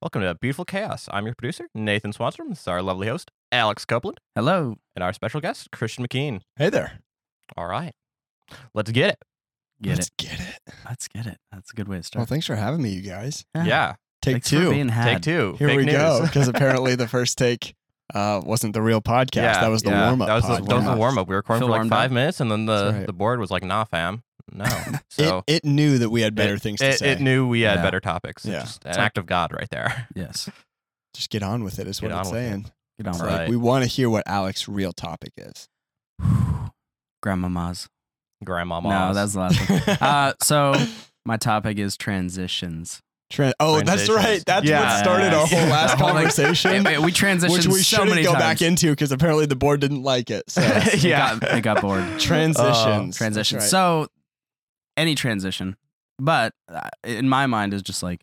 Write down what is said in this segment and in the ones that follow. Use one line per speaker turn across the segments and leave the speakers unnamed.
Welcome to Beautiful Chaos. I'm your producer, Nathan Swanstrom. This is our lovely host, Alex Copeland,
Hello.
and our special guest, Christian McKean.
Hey there.
All right. Let's get it.
Get
Let's
it.
get it.
Let's get it. That's a good way to
Well,
start.
thanks for having me, you guys.
Yeah.
Take
Thanks
two.
for being
Take
Ah, had.
two.
Here
Fake
we
news.
go. Because apparently the first take uh, wasn't the real podcast.
Yeah,
that was the
yeah.
warm up.
That was, the, that was the
podcast.
warm up. We were recording
Feel
for like
warmed up.
five minutes, and then the,
That's right.
the board was like, "Nah, fam, no." So
it, it knew that we had better
it-
things to
it,
say.
it knew we had
Yeah.
better topics. It's
Yeah.
just an act of God, right there.
Yes.
Just get on with it, is
Get
what it's
on with it.
saying.
Get on
It's
with
Right.
like, we want to hear what Alex's real topic is.
it. Grandmama's.
Grandma,
No, that's the last one. Uh, so my topic is transitions.
Tran- oh, that's
Transitions.
right. That's
Yeah.
what started our whole
Yeah.
last
The whole, like, Hey,
conversation,
man, we transitioned
which we
so
shouldn't
many
go
times.
back into because apparently the board didn't like it. So.
Yes, it
Yeah.
got- it got bored.
Transitions.
transition.
That's right.
So any transition, but uh, in my mind is just like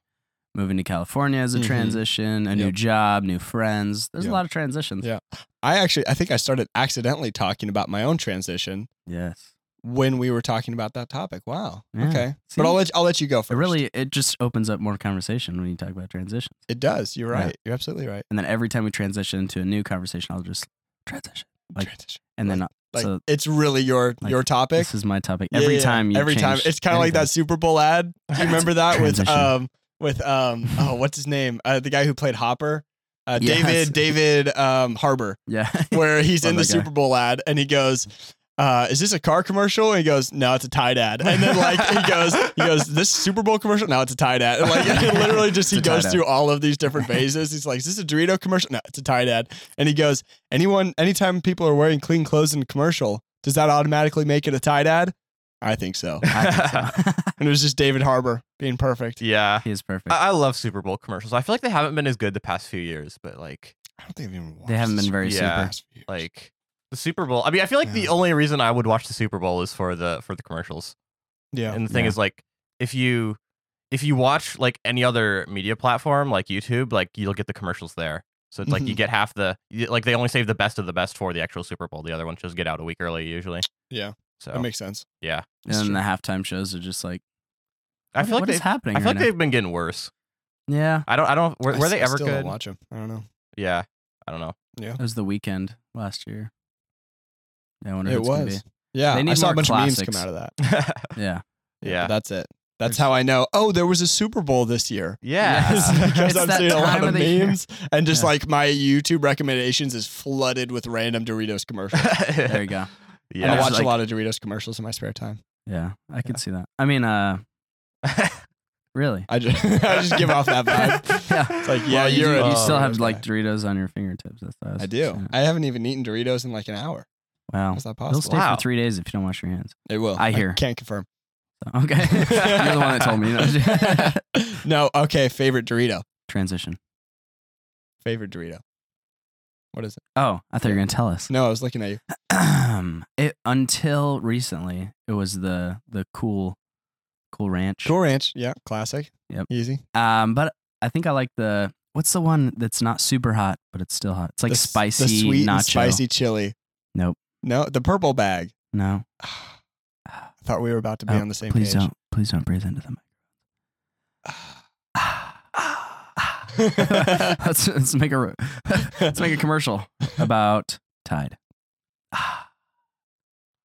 moving to California is a
Mhm.
transition, a new
Yep.
job, new friends. There's
Yeah.
a lot of transitions.
Yeah. I actually, I think I started accidentally talking about my own transition
Yes.
when we were talking about that topic. Wow.
Yeah.
Okay.
See?
But I'll let I'll let you go first.
It really it just opens up more conversation when you talk about transitions.
it does. You're
Yeah.
right. You're absolutely right.
And then every time we transition to a new conversation, I'll just transition. Like-
Transition.
And then
Like
so
it's really your
like,
your topic.
this is my topic.
Yeah,
every
yeah, yeah.
time you
every time
change
it's kind of like that
anything.
Super Bowl ad. Do you remember that with
Transition.
um with um oh what's his name uh, the guy who played Hopper uh,
Yes.
David David um Harbor
Yeah.
where he's
Love
in the
that guy.
Super Bowl ad and he goes, uh, is this a car commercial? And he goes, no, it's a Tide ad. And then like he goes, he goes, this Super Bowl commercial? No, it's a Tide ad. And like it literally
It's
just he
a Tide
goes
ad.
through all of these different phases. He's like, is this a Dorito commercial? No, it's a Tide ad. And he goes, anyone, anytime people are wearing clean clothes in a commercial, does that automatically make it a Tide ad? I think so.
I think so.
And it was just David Harbor being perfect.
Oh, yeah.
he is perfect.
I, I love Super Bowl commercials. I feel like they haven't been as good the past few years, but like,
I don't think I've even watched
they haven't been very
Yeah.
super.
super.
like the Super Bowl. I mean, I feel like the
Yeah.
only reason I would watch the Super Bowl is for the for the commercials.
yeah.
and the thing
Yeah.
is, like, if you if you watch like any other media platform, like YouTube, like you'll get the commercials there. So it's like you
Mhm.
get half the you, like they only save the best of the best for the actual Super Bowl. The other ones just get out a week early usually.
Yeah.
So
That makes sense.
yeah,
And then the halftime shows are just like
I
what-
feel like
what
they
is happening?
I feel
right
like they've been getting worse.
now? Yeah.
I don't I don't were,
I
were
s-
they
I
ever
still don't
good?
watch him. I don't know.
Yeah, I don't know.
Yeah.
It was the weekend last year. Yeah, I wonder if
It
it's gonna
was. Yeah,
They
I
need
saw a
more
bunch of memes
classics.
come out of that.
Be. Yeah.
Yeah.
but that's it. That's how I know. Oh, there was a Super Bowl this year.
yeah,
Yes.
because
It's
I'm
that
seeing a lot
time
of
of the year.
memes and just
Yeah.
like my YouTube recommendations is flooded with random Doritos commercials.
There you go.
I
And
Yeah.
there's
watch
like-
a lot of Doritos commercials in my spare time.
Yeah. I could see that. I mean, uh really.
I just I just give off that vibe.
Yeah.
It's like yeah,
Well, you,
Uh, you're
do-
a
you still
Doritos
have like
guy.
Doritos on your fingertips. That's what was
I do.
saying.
I haven't even eaten Doritos in like an hour.
Wow.
How's that
Oh, They'll
possible?
stay
Wow.
for three days if you don't wash your hands.
It will.
I hear.
can't confirm.
So, okay. You're the one that told me. No.
no. Okay. Favorite Dorito.
Transition.
Favorite Dorito. What is it?
Oh, I thought you were gonna tell us.
No, I was looking at you.
it until recently, it was the the cool, cool ranch.
Cool Ranch. Yeah, classic.
Yep.
Easy.
Um, but I think I like the what's the one that's not super hot, but it's still hot. It's like
The s-
spicy
the sweet
nacho.
and spicy chili.
Nope.
No, the purple bag.
No,
I thought we were about to be
Oh,
on the same
please
page.
don't, please don't breathe into them. let's, let's make a ro- let's make a commercial about Tide.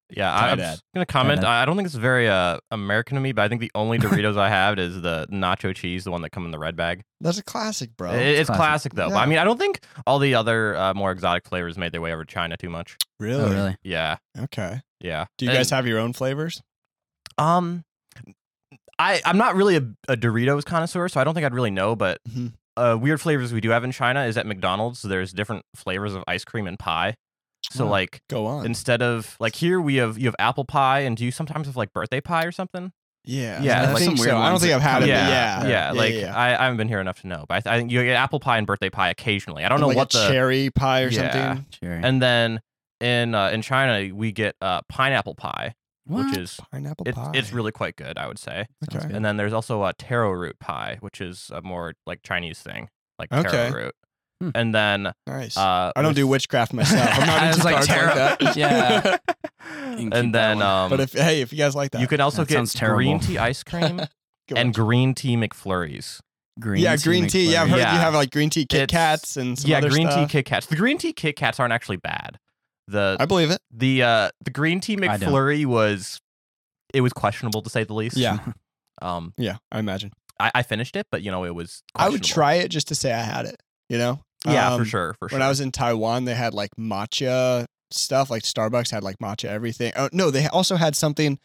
Yeah,
Tie
I, I'm
dad.
just gonna comment.
dad.
I I don't think it's very uh, American of me, but I think the only Doritos I have is the nacho cheese, the one that come in the red bag.
That's a classic, bro.
It- it's classic,
classic.
though. But
Yeah.
I mean, I don't think all the other uh, more exotic flavors made their way over to China too much.
really?
Oh, really?
Yeah,
Okay.
yeah.
Do you guys have your own flavors?
have? Um, I I'm not really a, a Doritos connoisseur, so I don't think I'd really know. But
Mhm.
uh, weird flavors we do have in China is at McDonald's. There's different flavors of ice cream and pie. So
Wow.
like
Go on.
instead of like here we have you have apple pie and do you sometimes have like birthday pie or something?
yeah.
Yeah,
I
like
think
some
so.
weird
I don't
ones
think
that
I've had it.
come
but
yeah,
Yeah.
yeah, like
yeah.
I, I haven't been here enough to know, but I, th- I think you get apple pie and birthday pie occasionally. I don't
And
know
like
what
a
the
cherry pie or
Yeah.
something.
Cherry.
and then in uh, in China we get uh, pineapple pie, which
What?
is
Pineapple
it's,
pie.
it's really quite good, I would say.
Sounds
okay.
good.
And then there's also a taro root pie, which is a more like Chinese thing, like taro
Okay.
root.
Hmm.
And then uh,
nice. I don't
with-
do witchcraft myself. I'm not
I
into
was like,
cards like,
taro-
that.
Yeah. You can
and
keep that
then
one.
um,
but if hey, if you guys like that,
you can also
That
get
sounds
green
terrible.
tea ice cream
go
and
watch it.
green tea McFlurries.
green.
yeah,
tea
green
makes
tea. Yeah, I've heard
lemonade.
Yeah.
you have like green tea Kit
It's-
Kats and some
yeah,
other
green
stuff.
tea Kit Kats. The green tea Kit Kats aren't actually bad. The
I believe it.
the uh the green tea
I don't.
McFlurry was it was questionable to say the least.
Yeah.
Um
Yeah, I imagine.
I, I finished it, but you know, it was
I would
questionable.
try it just to say I had it. You know?
Yeah,
Um,
for sure, for sure.
When I was in Taiwan, they had like matcha stuff. Like Starbucks had like matcha everything. Oh no, they also had something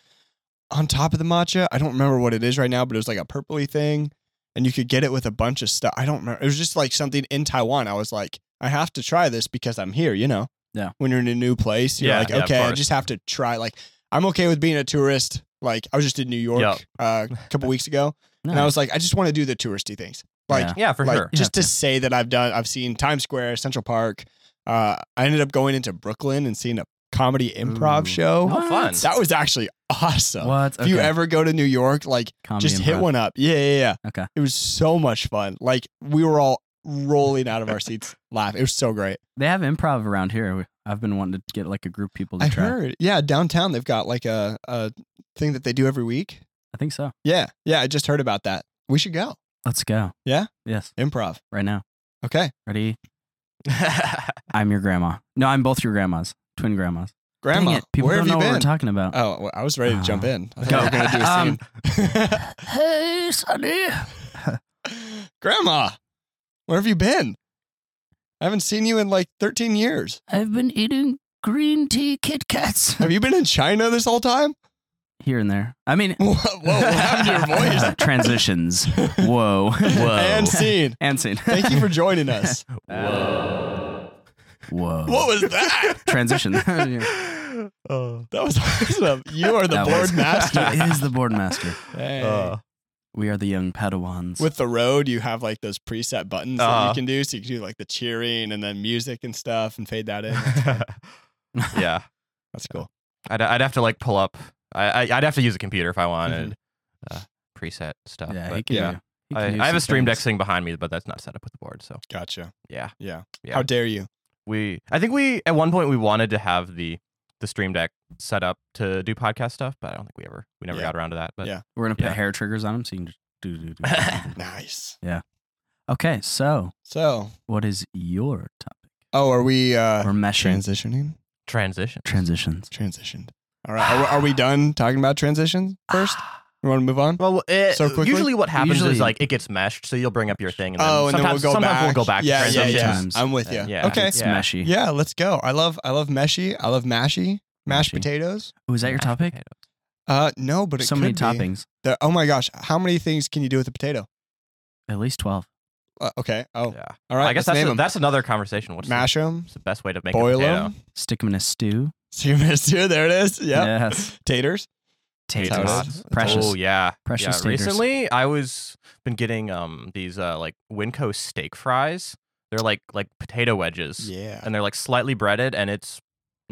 on top of the matcha. I don't remember what it is right now, but it was like a purpley thing, and you could get it with a bunch of stuff. I don't remember. It was just like something in Taiwan. I was like, I have to try this because I'm here. You know?
Yeah.
When you're in a new place, you're
Yeah,
like,
yeah, of
okay, I
course.
just have to try. Like, I'm okay with being a tourist. Like, I was just in New York
Yep.
uh, a couple weeks ago, and I
Nice.
was like, I just want to do the touristy things. Like,
Yeah.
yeah, for
like,
sure.
Just
Yeah.
to say that I've done, I've seen Times Square, Central Park. Uh, I ended up going into Brooklyn and seeing a comedy improv
Ooh.
show.
Oh, fun.
That was actually awesome.
What?
If you
Okay.
ever go to New York, like
Comedy
just hit
improv.
one up. Yeah, yeah, yeah.
Okay.
It was so much fun. Like we were all rolling out of our seats laughing. It was so great.
They have improv around here. I've been wanting to get like a group of people to
I
try.
heard. Yeah, downtown they've got like a a thing that they do every week.
I think so.
Yeah, yeah. I just heard about that. We should go
Let's go.
Yeah?
Yes.
improv.
Right now.
Okay,
Ready? I'm your grandma. No, I'm both your grandmas. Twin grandmas. Dang
Grandma.
it, People
where
don't know
have you
what
been?
we're talking about.
Oh, well, I was ready to jump
Uh,
in. I
go.
thought we were gonna do a
Um,
scene.
hey, Sonny.
Grandma, where have you been? I haven't seen you in like 13 years.
I've been eating green tea Kit Kats.
Have you been in China this whole time?
Here and there. I mean,
Whoa, whoa what happened
transitions.
to your voice?
Whoa. Whoa.
And scene.
And scene. Uh,
Thank you for joining us.
Whoa.
What was that?
Transition. Yeah.
Oh.
That was awesome. You are the
That
board
was-
master.
he is the board master.
Hey.
Uh,
We are the young Padawans.
With the road, you have like those preset buttons that
Uh-huh.
you can do. So you can do like the cheering and then music and stuff and fade that in.
yeah.
That's cool.
I'd, I'd have to like pull up. I, I I'd have to use a computer if I
Mm-hmm.
wanted uh, preset stuff.
yeah, he
but
can
yeah.
do. he can
I,
do
I have
some
a Stream Deck
things.
thing behind me, but that's not set up with the board. So
Gotcha.
yeah,
Yeah.
Yeah.
How dare you?
we I think we at one point we wanted to have the the Stream Deck set up to do podcast stuff, but I don't think we ever we never
Yeah.
got around to that. But
Yeah.
We're gonna put
Yeah.
hair triggers on him so you can just do do do.
Nice.
okay, so
So,
what is your topic?
oh, are we uh,
We're meshing
transitioning?
transition.
transitions.
Transitioned. All right. Are, we- are we done talking about transitions first? You want to move on?
Ah. Well, it,
So quickly?
usually what happens
Usually-
is like it gets meshed, so you'll bring up your thing, and then
Oh, and then we'll
sometimes
go
sometimes
back.
we'll go back. to
Yeah, yeah, yeah.
transitions.
Sometimes.
I'm with you.
Yeah.
Okay.
It's
Yeah.
meshy.
Yeah, let's go. I love I love meshy. I love mashy. Mashed
Mashy.
potatoes.
Oh, is that your
Mashed
topic?
potatoes.
Uh, no, but it
so many
could be.
toppings.
There- oh my gosh, how many things can you do with a potato?
At least twelve.
Uh, okay. Oh,
Yeah.
all right.
I guess
let's
that's
name
a,
'em.
that's another conversation. What's the-
mash them,
what's the, best way to make a
boil
potato?
them.
Stick them in a stew.
See you missed here. There it is. Yeah.
Yes.
Taters.
Potatoes.
That's how it
Potatoes.
is.
Precious.
Oh yeah,
Precious
Yeah.
taters.
Recently, I was been getting um these uh like Winco steak fries. They're like like potato wedges,
Yeah.
and they're like slightly breaded, and it's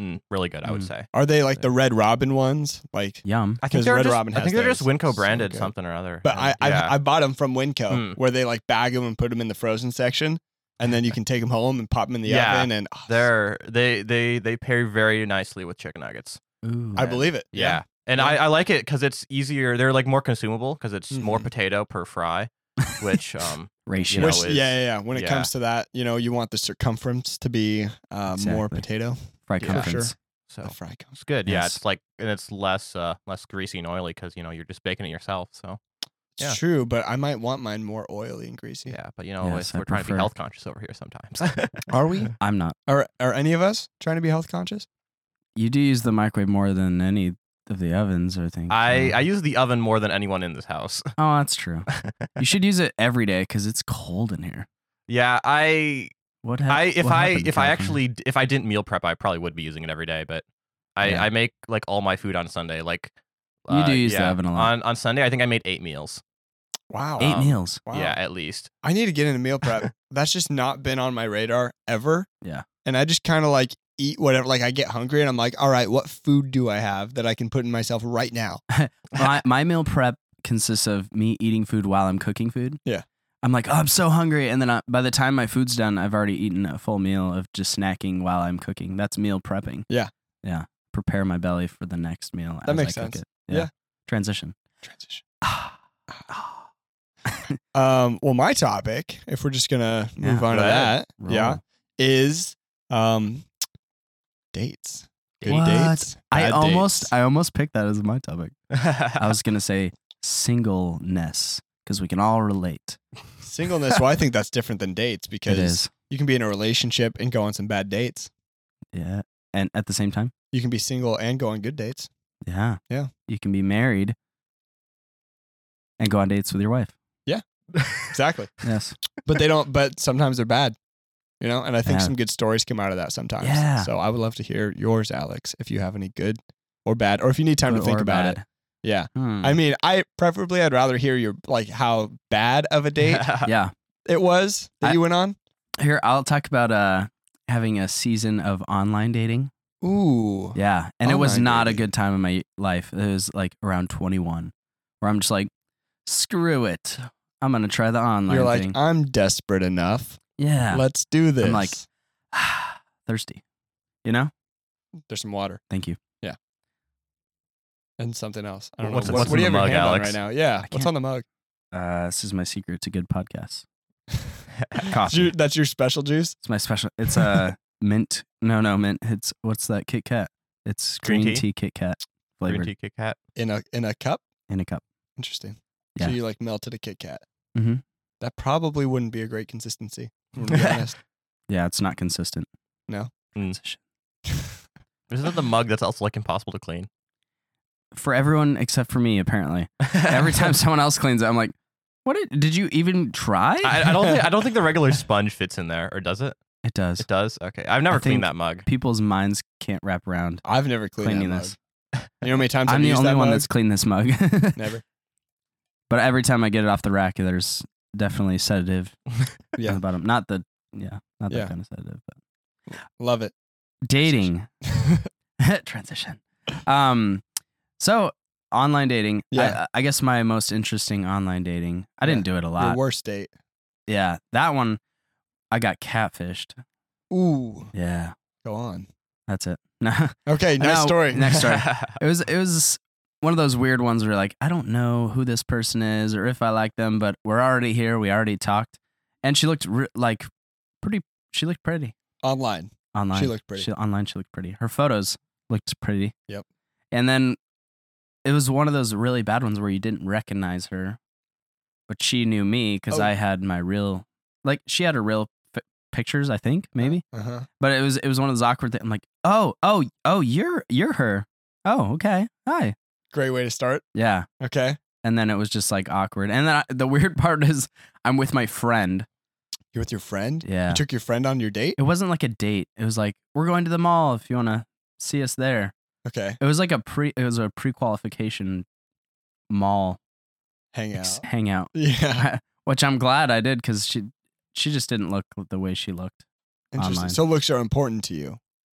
mm, really good. I would
Mm.
say.
Are they like the Red Robin ones? Like,
Yum.
I
'Cause
think they're
Red
just
Robin
I
has
think they're just
those.
Winco
So
branded
good.
something or other.
But I,
yeah.
I I bought them from Winco,
Mm.
where they like bag them and put them in the frozen section, and then you can take them home and pop them in the
Yeah.
oven. And oh,
they're they they they pair very nicely with chicken nuggets.
Ooh.
I believe it.
Yeah. And
Yeah.
I, I like it because it's easier. They're like more consumable because it's more
Mhm.
potato per fry, which um
ratio.
you know,
Which,
is-
yeah, yeah, yeah. When it
yeah.
comes to that, you know, you want the circumference to be uh, more
Exactly.
potato.
fry
yeah,
for
conference.
so
The fry com-
it's good. Yeah,
Yes.
it's like and it's less uh less greasy and oily because you know you're just baking it yourself. So
It's
Yeah.
true, but I might want mine more oily and greasy.
yeah, but you know
Yes,
if
I
we're trying to be
prefer-
health conscious over here sometimes.
Are we?
I'm not.
Are are any of us trying to be health conscious?
You do use the microwave more than any of the ovens, I think.
I
so.
I use the oven more than anyone in this house.
Oh, that's true. you should use it every day because it's cold in here.
Yeah, I
What hap-
I if
what
I
happened,
if I
California?
actually d- if I didn't meal prep, I probably would be using it every day. But I
Yeah.
I make like all my food on Sunday. Like uh,
You do use the oven a lot.
on on Sunday. I think I made eight meals.
Wow.
eight
um,
meals.
wow.
Yeah, at least.
I need to get into meal prep. That's just not been on my radar ever.
Yeah.
And I just kind of like eat whatever. Like I get hungry and I'm like, all right, what food do I have that I can put in myself right now?
my my meal prep consists of me eating food while I'm cooking food.
Yeah.
I'm like, oh, I'm so hungry, and then I, by the time my food's done, I've already eaten a full meal of just snacking while I'm cooking. That's meal prepping.
Yeah.
yeah. Prepare my belly for the next meal.
That
as
makes
I cook
sense.
it.
Yeah.
Transition.
Transition.
Ah.
Um, well, my topic, if we're just gonna
Yeah,
move on to
go
that,
ahead.
yeah,
Roll.
is um, dates. Good
What?
dates.
I
bad
almost
dates.
I almost picked that as my topic. I
I
was gonna say singleness because we can all relate.
singleness. well, I think that's different than dates
It
because
is,
you can be in a relationship and go on some bad dates.
yeah, and at the same time,
You can be single and go on good dates.
yeah,
Yeah.
you can be married and go on dates with your wife.
Exactly.
Yes,
but they don't. But sometimes they're bad. You know, and I think
Yeah.
some good stories come out of that sometimes.
Yeah.
So I would love to hear yours, Alex, if you have any good or bad, or if you need time to think about it. Yeah.
Hmm. Mm.
I mean, I preferably I'd rather hear your like how bad of a date
yeah.
it was that
I-
you went on.
Here, I'll talk about uh having a season of online dating.
Ooh.
Yeah, and it was
Oh. Online
not a
dating.
good time in my life. It was like around 21, where I'm just like, screw it, I'm gonna try the online
You're like, "Uh,
thing.
I'm desperate enough.
yeah,
Let's do this.
like- thirsty, you know?
there's some water
Thank you.
and something else. I don't
What's-
know.
what's
what do you
in
have
the
your
mug,
hand on
Alex?
right now? Yeah. What's
can't-
on the mug?
Uh, this is my secret to good podcasts.
That's
Coffee.
your, that's your special juice.
It's my special. It's a mint. No, no mint. It's what's that Kit Kat? It's
Green
green, tea.
tea?
Kit Kat
Green
flavored
tea Kit Kat.
in a in a cup.
in a cup.
Interesting.
Yeah.
So you like melted a Kit Kat.
Mhm.
That probably wouldn't be a great consistency. I'm gonna be honest.
Yeah, it's not consistent.
No.
Mm.
Transition.
Isn't that the mug that's also like impossible to clean?
For everyone except for me, apparently. Every time someone else cleans it, I'm like, "What did, did you even try?"
I, I don't think I don't think the regular sponge fits in there, or does it?
it does.
It does. Okay, I've never
I
cleaned
think-
that mug.
People's minds can't wrap around
I've never cleaned
cleaning
that
this.
mug. You know how many times
I'm
I've
the
used
only
that
one
mug?
that's cleaned this mug.
never.
but every time I get it off the rack, there's definitely sedative
Yeah.
on the bottom. Not the yeah, not
Yeah.
that kind of sedative. But
Love it.
dating transition. Um, so online dating.
Yeah.
I, I guess my most interesting online dating. I didn't do it a
Your
lot.
worst date.
Yeah, that one. I got catfished.
Ooh.
Yeah,
Go on.
that's it. No,
Okay, nice
Now-
story.
next story. It was it was one of those weird ones where like I don't know who this person is or if I like them, but we're already here. We already talked, and she looked re- like pretty. She looked pretty
Online.
online.
She looked pretty.
She, online, she looked pretty. Her photos looked pretty.
Yep.
And then it was one of those really bad ones where you didn't recognize her, but she knew me because
Oh.
I had my real, like she had her real f- pictures, I think maybe.
Uh-huh.
But it was it was one of those awkward things. I'm like, oh, oh, oh, you're you're her. Oh, okay, hi.
Great way to start.
Yeah.
Okay.
and then it was just like awkward. And then I, the weird part is I'm with my friend.
You're with your friend?
Yeah.
You took your friend on your date?
It wasn't like a date. It was like we're going to the mall if you want to see us there.
Okay.
It was like a pre it was a pre-qualification mall
Hang out.
ex- hangout,
Yeah.
which I'm glad I did cuz she she just didn't look the way she looked.
Interesting.
Online.
So looks are important to you.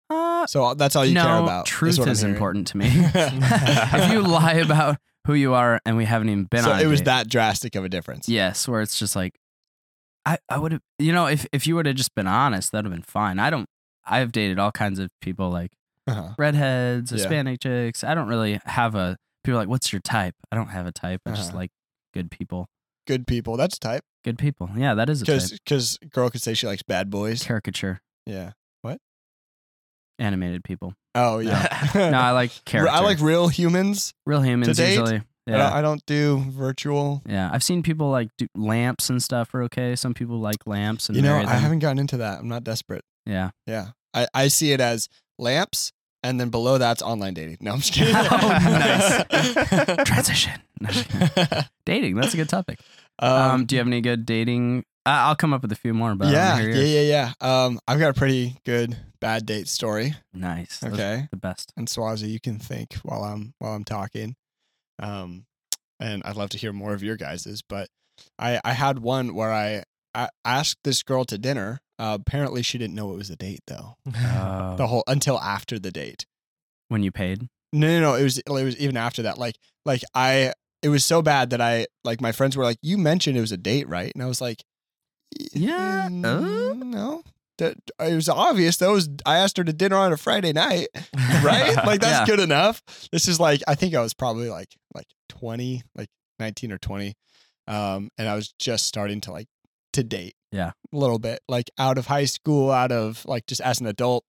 Uh,
So that's all you
no,
care about.
truth
what I'm
is
hearing.
important to me. if you lie about who you are and we haven't even been
so
on a
it was
date-
that drastic of a difference.
Yes, where it's just like, I, I would have, you know, if, if you would have just been honest, that'd have been fine. I don't, I've dated all kinds of people like
Uh-huh.
redheads,
Yeah.
Hispanic chicks. I don't really have a, people are like, what's your type? I don't have a type. I just
Uh-huh.
like good people.
Good people. That's a type.
Good people. Yeah, that is a type.
Because because girl could say she likes bad boys.
Caricature,
Yeah.
animated people.
Oh yeah.
No, I like
R-
character.
I like real humans.
real humans
to date,
usually.
I, don't,
Yeah.
I don't do virtual.
Yeah. I've seen people like do lamps and stuff are okay. Some people like lamps and
you know,
marry
I
them.
haven't gotten into that. I'm not desperate.
Yeah.
Yeah. I, I see it as lamps, and then below that's online dating. No, I'm just kidding.
Oh, Transition. No, just kidding. dating. That's a good topic.
um,
Um, do you have any good dating? I I'll come up with a few more, but I
yeah,
wanna hear
yeah,
yours.
yeah, yeah. Um, I've got a pretty good bad date story.
nice. Those are
Okay.
the best.
and Swazi, you can think while I'm while I'm talking. Um, and I'd love to hear more of your guys's, but I I had one where I, I asked this girl to dinner. Uh, apparently, she didn't know it was a date though.
Uh,
The whole until after the date.
when you paid,
No, no, no. It was it was even after that. Like like I it was so bad that I like my friends were like, "You mentioned it was a date, right?" And I was like,
Yeah, uh?
mm, no." That it was obvious. That was I asked her to dinner on a Friday night right? Like that's
Yeah.
good enough. This is like I think I was probably like like 20, like 19 or 20. um, and I was just starting to like to date.
Yeah.
a little bit like out of high school, out of like just as an adult,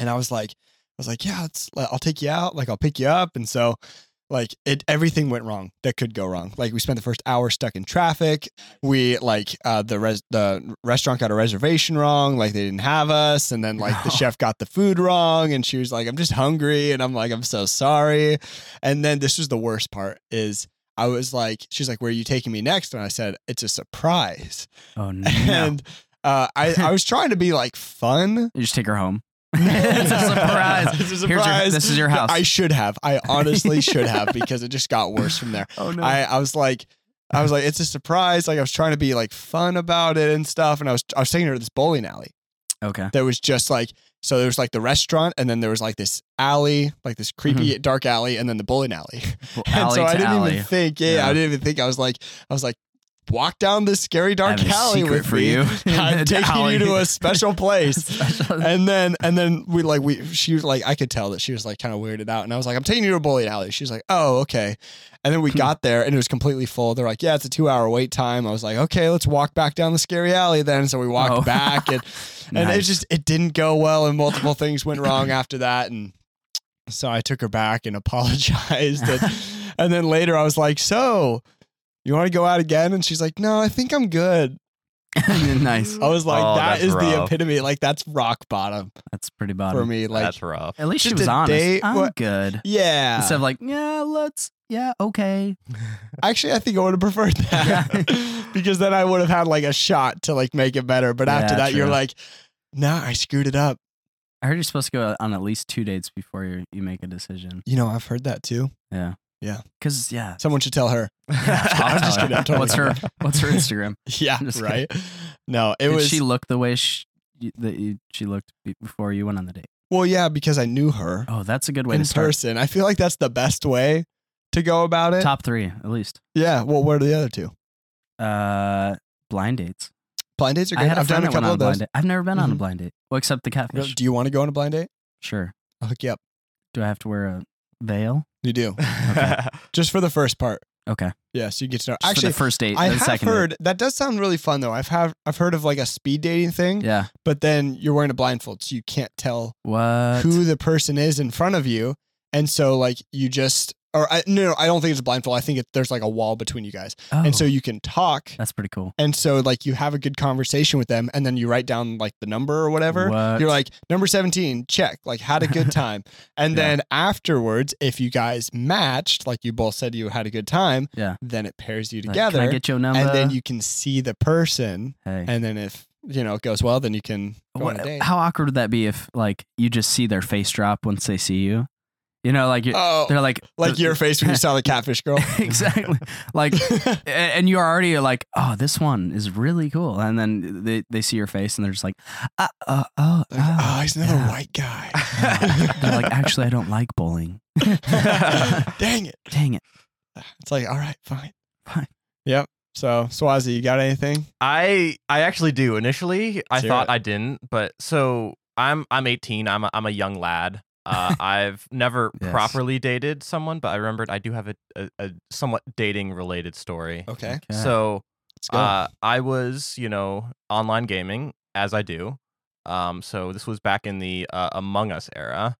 and I was like, I was like, yeah, let's, I'll take you out, like I'll pick you up, and so. Like it, everything went wrong that could go wrong. Like we spent the first hour stuck in traffic. We like uh, the res- the restaurant got a reservation wrong. Like they didn't have us, and then like the
No.
chef got the food wrong, and she was like, "I'm just hungry," and I'm like, "I'm so sorry." And then this was the worst part: is I was like, she's like, where are you taking me next? And I said, it's a surprise.
Oh no!
And uh, I, I was trying to be like fun.
you just take her home. it's a surprise.
it's a
Here's your-
surprise.
this is your house.
I should have. I honestly should have because it just got worse from there.
oh no!
I, I was like, I was like, it's a surprise. Like I was trying to be like fun about it and stuff. And I was, I was taking her to this bowling alley
okay.
there was just like so there was like the restaurant and then there was like this alley like this creepy dark alley and then the bowling alley
Well,
and
Mm-hmm. alley
so i
to
didn't
alley.
even think yeah,
Yeah.
i didn't even think i was like i was like walk down this scary
I
dark
have a
alley
secret
with
for
me.
you.
i'm
It's
taking
alley.
you to a special place
Special-
and then and then we like we she was like I could tell that she was like kind of weirded out, and I was like I'm taking you to a bowling alley. She was like Oh okay, and then we got there and it was completely full. They're like Yeah, it's a two hour wait time. I was like Okay, let's walk back down the scary alley then. So we walked
Oh.
back and and it
Nice.
just it didn't go well, and multiple things went wrong after that, and so I took her back and apologized, and, and then later I was like So. You want to go out again? And she's like, No, I think I'm good.
nice.
I was like,
Oh,
That
that's
is the
rough.
epitome. Like, that's rock bottom
That's pretty bottom.
for me. Like,
That's rough.
At least she
Just
was
a
honest.
date,
I'm
what-
good.
Yeah.
Instead of like, yeah, let's, yeah, okay.
Actually, I think I would have preferred that because then I would have had like a shot to like make it better. But after
Yeah,
that, you're
true.
like, nah, I screwed it up.
I heard you're supposed to go on at least two dates before you you make a decision.
You know, I've heard that too.
Yeah.
Yeah.
Cause yeah.
Someone should tell her.
I'll
I'm just
tell
kidding.
her.
I'm totally
what's her What's her Instagram?
Yeah.
I'm just
Right. No, it
Did
was.
she look the way she, you- that you, she looked be- before you went on the date?
well, yeah, because I knew her
Oh, that's a good way
in
to start.
person. I feel like that's the best way to go about it.
Top three, at least.
Yeah. Well, what are the other two?
Uh, blind dates.
Blind dates are
I
good.
had a
I've
friend that
done a
went on
couple
a
of
blind
those.
date. I've never been on a
Mhm.
blind date. Well, except the catfish.
Do you want to go on a blind date?
sure.
I'll hook you up.
Do I have to wear a veil?
You do.
Okay.
Just for the first part.
Okay.
Yeah. So you get to know.
Just for
Actually,
the first date.
I
the
have
second date.
heard that does sound really fun though. I've have I've heard of like a speed dating thing,
Yeah.
but then you're wearing a blindfold, so you can't tell
What?
who the person is in front of you, and so like you just or I, no, no, I don't think it's a blindfold. I think it, there's like a wall between you guys,
Oh, Uh.
and so you can talk,
that's pretty cool.
and so like you have a good conversation with them, and then you write down like the number or whatever.
What?
You're like number 17, check, like had a good time. And
Yeah.
then afterwards, if you guys matched, like you both said you had a good time,
Yeah.
then it pairs you
Like,
together
Can I get your number?
and then you can see the person
Hey.
and then if you know it goes well then you can go on a
What-
date
how awkward would that be if like you just see their face drop once they see you? You know, like you're,
oh
they're like
like your face when you saw the catfish girl
exactly like. a- And you're already like, oh, this one is really cool. And then they, they see your face and they're just like, uh, uh, oh,
Like, oh
oh,
he's another
yeah.
white guy
Oh. They're like, actually, I don't like bowling.
dang it
Dang it.
it's like all right fine
Fine.
yep so swazi you got anything
I I actually do. Initially, I
Let's hear
thought
it.
I didn't, but so I'm I'm 18. I'm a, I'm a young lad. Uh, I've never
Yes.
properly dated someone, but I remembered I do have a a, a somewhat dating related story.
okay
Okay.
So
let's go
uh, I was you know online gaming as I do. Um, so this was back in the uh, Among Us era,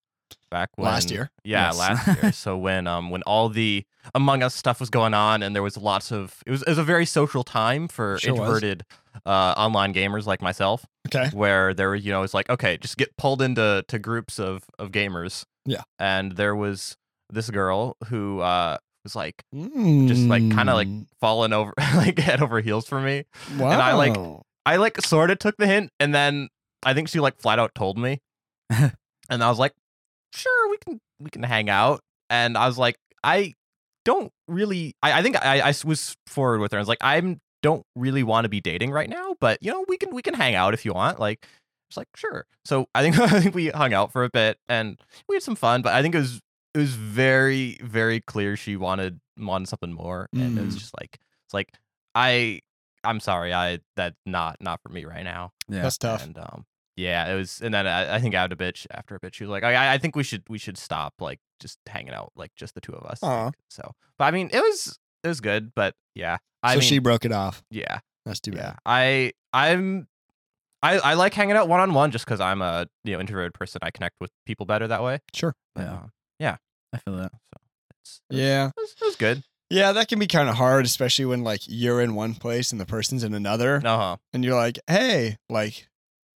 back when
last year
yeah,
Yes.
last year. So when um when all the Among Us stuff was going on, and there was lots of it was it was a very social time for
Sure was. Eh.
introverted uh, online gamers like myself,
okay
where there were you know it's like okay, just get pulled into to groups of of gamers.
Yeah.
and there was this girl who uh was like like, kinda like-
Mm.
falling over like head over heels for me.
wow.
I, like, I like sort of took the hint, and then I think she like flat out told me, and I was like, "Sure, we can we can hang out." And I was like, "I don't really. I, I think I, I was forward with her. I was like, I don't really want to be dating right now, but you know, we can we can hang out if you want." Like, it's like sure. So I think I think we hung out for a bit, and we had some fun. But I think it was it was very very clear she wanted wanted something more, and it was
Mm.
just like it's like I I'm sorry, I that's not not for me right now.
yeah.
that's tough
And um, yeah, it was. And then I, I think out a bitch after a bit, she was like, I, I think we should we should stop like just hanging out like just the two of us.
Aw.
So, but I mean, it was it was good, but yeah. I
so
mean,
she broke it off.
yeah,
That's too
yeah.
bad.
I I'm I I like hanging out one on one just because I'm a you know introverted person. I connect with people better that way.
Sure.
But,
Yeah.
um,
I feel that.
so it's, it's-
Yeah.
it was, it was good.
Yeah, that can be kind of hard, especially when like you're in one place and the person's in another,
Uh huh.
and you're like, "Hey, like,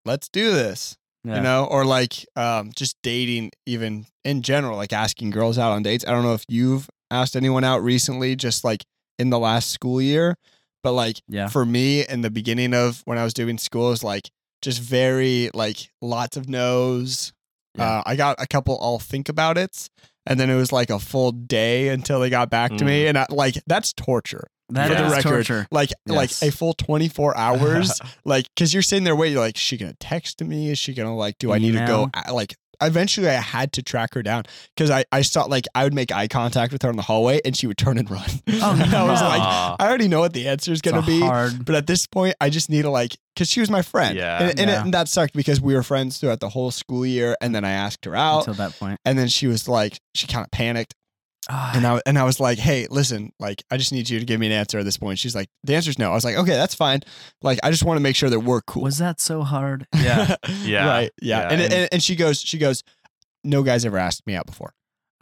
let's do this,"
Yeah.
you know, or like um, just dating, even in general, like asking girls out on dates. I don't know if you've asked anyone out recently, just like in the last school year, but like
Yeah.
for me in the beginning of when I was doing school, it was like just very like lots of no's.
Yeah.
Uh, I got a couple I'll think about it. And then it was like a full day until they got back to me.
Mm.
And I, like, that's torture.
That
For the
is
record,
torture.
Like,
Yes.
like a full 24 hours. like, cause you're sitting there waiting, you're like, is she going to text me? Is she going to like, do I need to
Email?
go? I- Like, eventually I had to track her down. Cause I, I saw like, I would make eye contact with her in the hallway and she would turn and run. and I was
Oh, no.
like,
Aw.
I already know what the answer is
It's
going
a
to be.
hard.
But at this point, I just need to like, because she was my friend.
Yeah.
And, and, it-
Yeah.
and that sucked because we were friends throughout the whole school year. And then I asked her out.
Until that point,
and then she was like, she kind of panicked.
Ah,
And I, and I was like, hey, listen, like, I just need you to give me an answer at this point. She's like, the answer's no. I was like, okay, that's fine. Like, I just want to make sure that we're cool.
was that so hard? Yeah.
Yeah.
right. Yeah.
Yeah,
and,
and-
and, and she goes, she goes, no guy's ever asked me out before.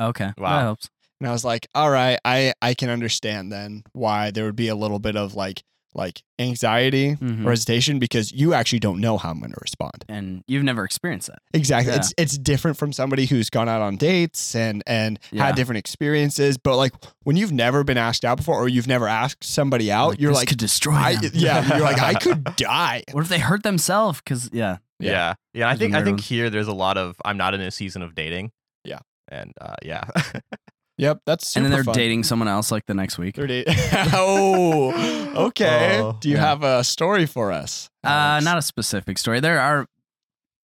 okay.
Wow.
That helps.
And I was like, all right, I, I can understand then why there would be a little bit of like, like anxiety
Mhm.
or hesitation because you actually don't know how I'm going to respond.
And you've never experienced that.
Exactly.
Yeah.
It's it's different from somebody who's gone out on dates and and
Yeah.
had different experiences. But like when you've never been asked out before or you've never asked somebody out, Oh, you're
this
like,
could destroy.
I
them.
yeah, you're like, I could die.
What if they hurt themselves? Because yeah,
Yeah.
Yeah.
Yeah. and I
Those are
think I
weird
think
ones.
here there's a lot of I'm not in a season of dating.
Yeah.
And uh yeah.
Yep, that's
and
super
then they're
fun.
dating someone else like the next week.
They're dating. oh, okay.
Oh,
Do you
yeah.
have a story for us?
Uh, not a specific story. There are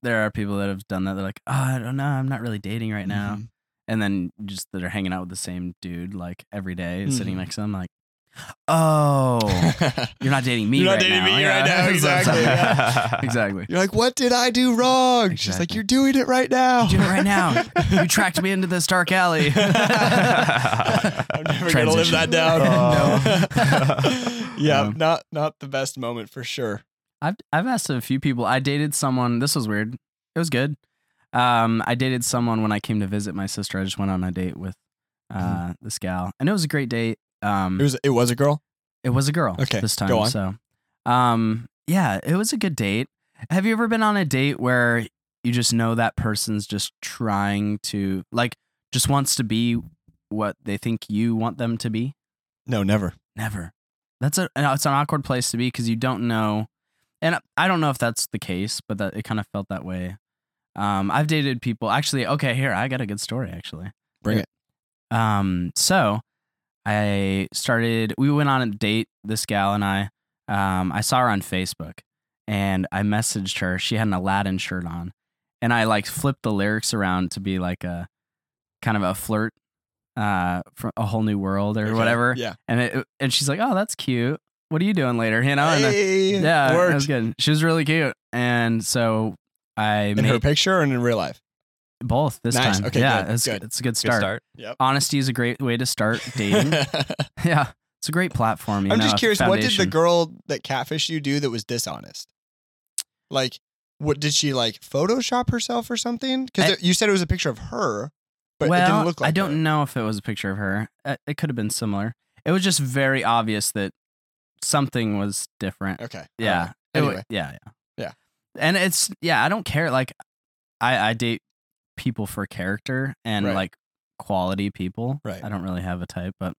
there are people that have done that. They're like, oh, I don't know, I'm not really dating right now.
Mm-hmm.
And then just that are hanging out with the same dude like every day, sitting
Mhm.
next to them, like, oh,
now.
you're not dating me.
You're not
right
dating
now.
me right now,
So- so-
exactly, yeah.
exactly.
you're like, what did I do wrong? She's like,
Exactly.
you're doing it right now.
You're doing it right now. You tracked me into this dark alley.
I'm never gonna live
Transition.
that down.
Oh.
yeah,
No.
not not the best moment for sure.
I've I've asked a few people. I dated someone. This was weird. It was good. Um, I dated someone when I came to visit my sister. I just went on a date with uh, this gal, and it was a great date. Um,
Mm-hmm. It was it was a girl.
it was a girl.
Okay,
this time.
go on.
So, um, yeah, it was a good date. Have you ever been on a date where you just know that person's just trying to like just wants to be what they think you want them to be?
No, never.
Never. That's a and it's an awkward place to be because you don't know, and I don't know if that's the case, but that it kind of felt that way. Um, I've dated people actually. Okay, here I got a good story actually. Yeah.
Bring
Um, so I started. We went on a date. This gal and I. Um, I saw her on Facebook, and I messaged her. She had an Aladdin shirt on, and I like flipped the lyrics around to be like a kind of a flirt, uh, from a whole new world or
Okay,
whatever
Yeah.
and it, and she's like, "Oh, that's cute. What are you doing later?" You know, and uh,
Hey,
yeah,
worked.
it was good. She was really cute, and so I
in her
made
picture and in real life.
both this
Nice.
time.
Okay,
yeah,
good,
it's
good.
it's a good
Good
start.
start.
Honesty is a great way to start dating.
I'm
yeah, it's a great platform. You know,
just
a
curious, what did the
foundation.
girl that catfished you do that was dishonest? Like, what did she like Photoshop herself or something?
I-
Because you said it was a picture of her, but
well,
it didn't look like
I don't
her.
know if it was a picture of her. Uh, It could have been similar. It was just very obvious that something was different.
Okay.
Yeah.
alright.
It wa-
Anyway.
yeah. Yeah.
Yeah.
And it's yeah, I don't care. Like I, I date people for character and
Right.
like quality people.
Right.
I don't really have a type, but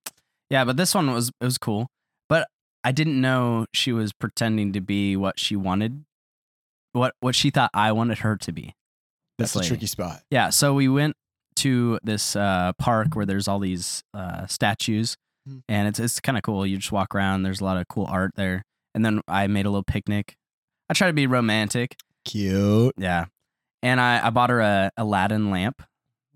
yeah, but this one was it was cool. But I didn't know she was pretending to be what she wanted what what she thought I wanted her to be.
That's
This
a
lady.
tricky spot.
Yeah, so we went to this uh, park where there's all these uh, statues,
Hmm.
and it's it's kind of cool. You just walk around. There's a lot of cool art there, and then I made a little picnic. I try to be romantic,
Cute.
yeah. And I, I bought her a Aladdin lamp.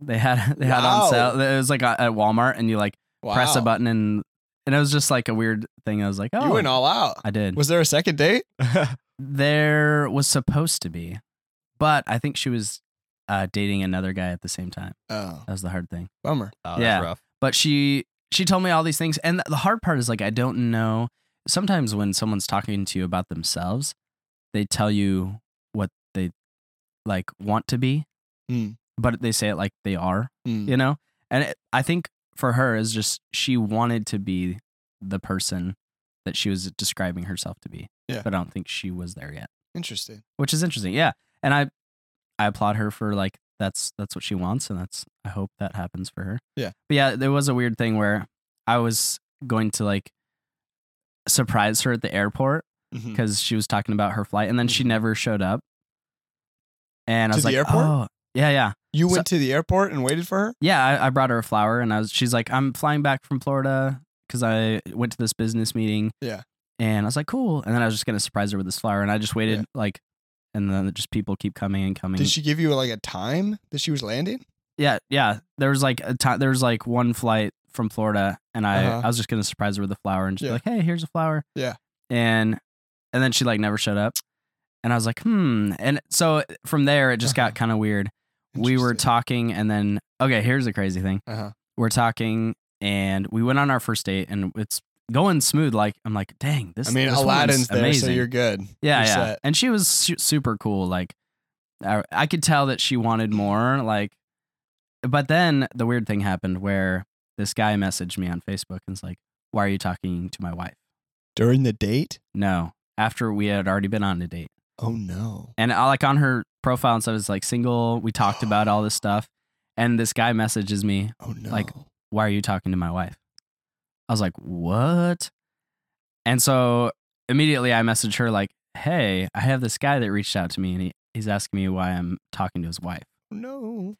They had they had
Wow.
on sale. It was like at at Walmart, and you like
Wow.
press a button, and and it was just like a weird thing. I was like, oh,
You went all out.
I did.
Was there a second date?
there was supposed to be, but I think she was uh, dating another guy at the same time.
Oh,
That was the hard thing.
bummer.
Oh, that's
Yeah.
rough.
but she she told me all these things, and the hard part is like I don't know. Sometimes when someone's talking to you about themselves, they tell you what they like want to be,
Mm.
but they say it like they are,
Mm.
you know. And it, I think for her is just she wanted to be the person that she was describing herself to be.
Yeah.
But I don't think she was there yet,
Interesting.
which is interesting. Yeah, and I I applaud her for like that's that's what she wants, and that's I hope that happens for her.
Yeah.
But yeah, there was a weird thing where I was going to like surprise her at the airport
Mhm.
because she was talking about her flight, and then she never showed up. And I
Mm. To
was
the
like,
airport?
oh, yeah, yeah,
You
So-
went to the airport and waited for her.
yeah. I, I brought her a flower, and I was. She's like, I'm flying back from Florida because I went to this business meeting.
Yeah.
And I was like, cool. And then I was just gonna surprise her with this flower, and I just waited
Yeah.
like, and then just people keep coming and coming.
Did she give you like a time that she was landing?
Yeah, yeah. There was like a time. There was like one flight from Florida, and I
Uh-huh.
I was just gonna surprise her with a flower and just
Yeah.
be like, hey, here's a flower.
Yeah.
And and then she like never showed up, and I was like, hmm. And so from there, it just got kind of weird. We were
Uh-huh. Interesting.
talking, and then okay, here's the crazy thing.
Uh-huh.
We're talking, and we went on our first date, and it's going smooth. Like I'm like, dang, this.
I mean,
this woman's
Aladdin's there,
amazing.
so you're good.
Yeah,
You're
yeah.
set.
And she was su- super cool. Like, I, I could tell that she wanted more. Like, but then the weird thing happened where this guy messaged me on Facebook and was like, "Why are you talking to my wife?"
During the date?
No, after we had already been on a date,
Oh no.
and I, like on her profile and stuff, it's like single. We talked about all this stuff, and this guy messages me,
Oh no.
Like- why are you talking to my wife? I was like, what? And so immediately I messaged her like, hey, I have this guy that reached out to me and he, he's asking me why I'm talking to his wife.
no.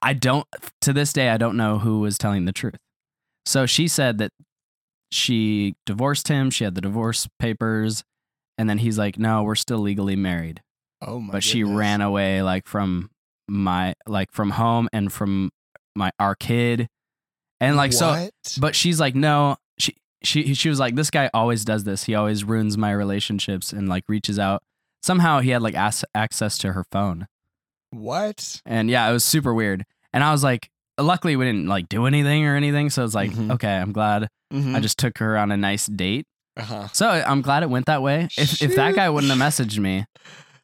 I don't, to this day, I don't know who was telling the truth. So she said that she divorced him. She had the divorce papers. And then he's like, no, we're still legally married.
Oh my.
but she
goodness.
ran away like from my, like from home and from my, our kid. And like, so
What?
But she's like, no, she she she was like, this guy always does this. He always ruins my relationships and like reaches out. Somehow he had like ass- access to her phone,
what?
and yeah, it was super weird. And I was like, luckily we didn't like do anything or anything, so it's like,
Mhm.
okay, I'm glad
Mm.
I just took her on a nice date.
Mm-hmm. uh-huh.
So I'm glad it went that way. If if that
Shoot.
guy wouldn't have messaged me,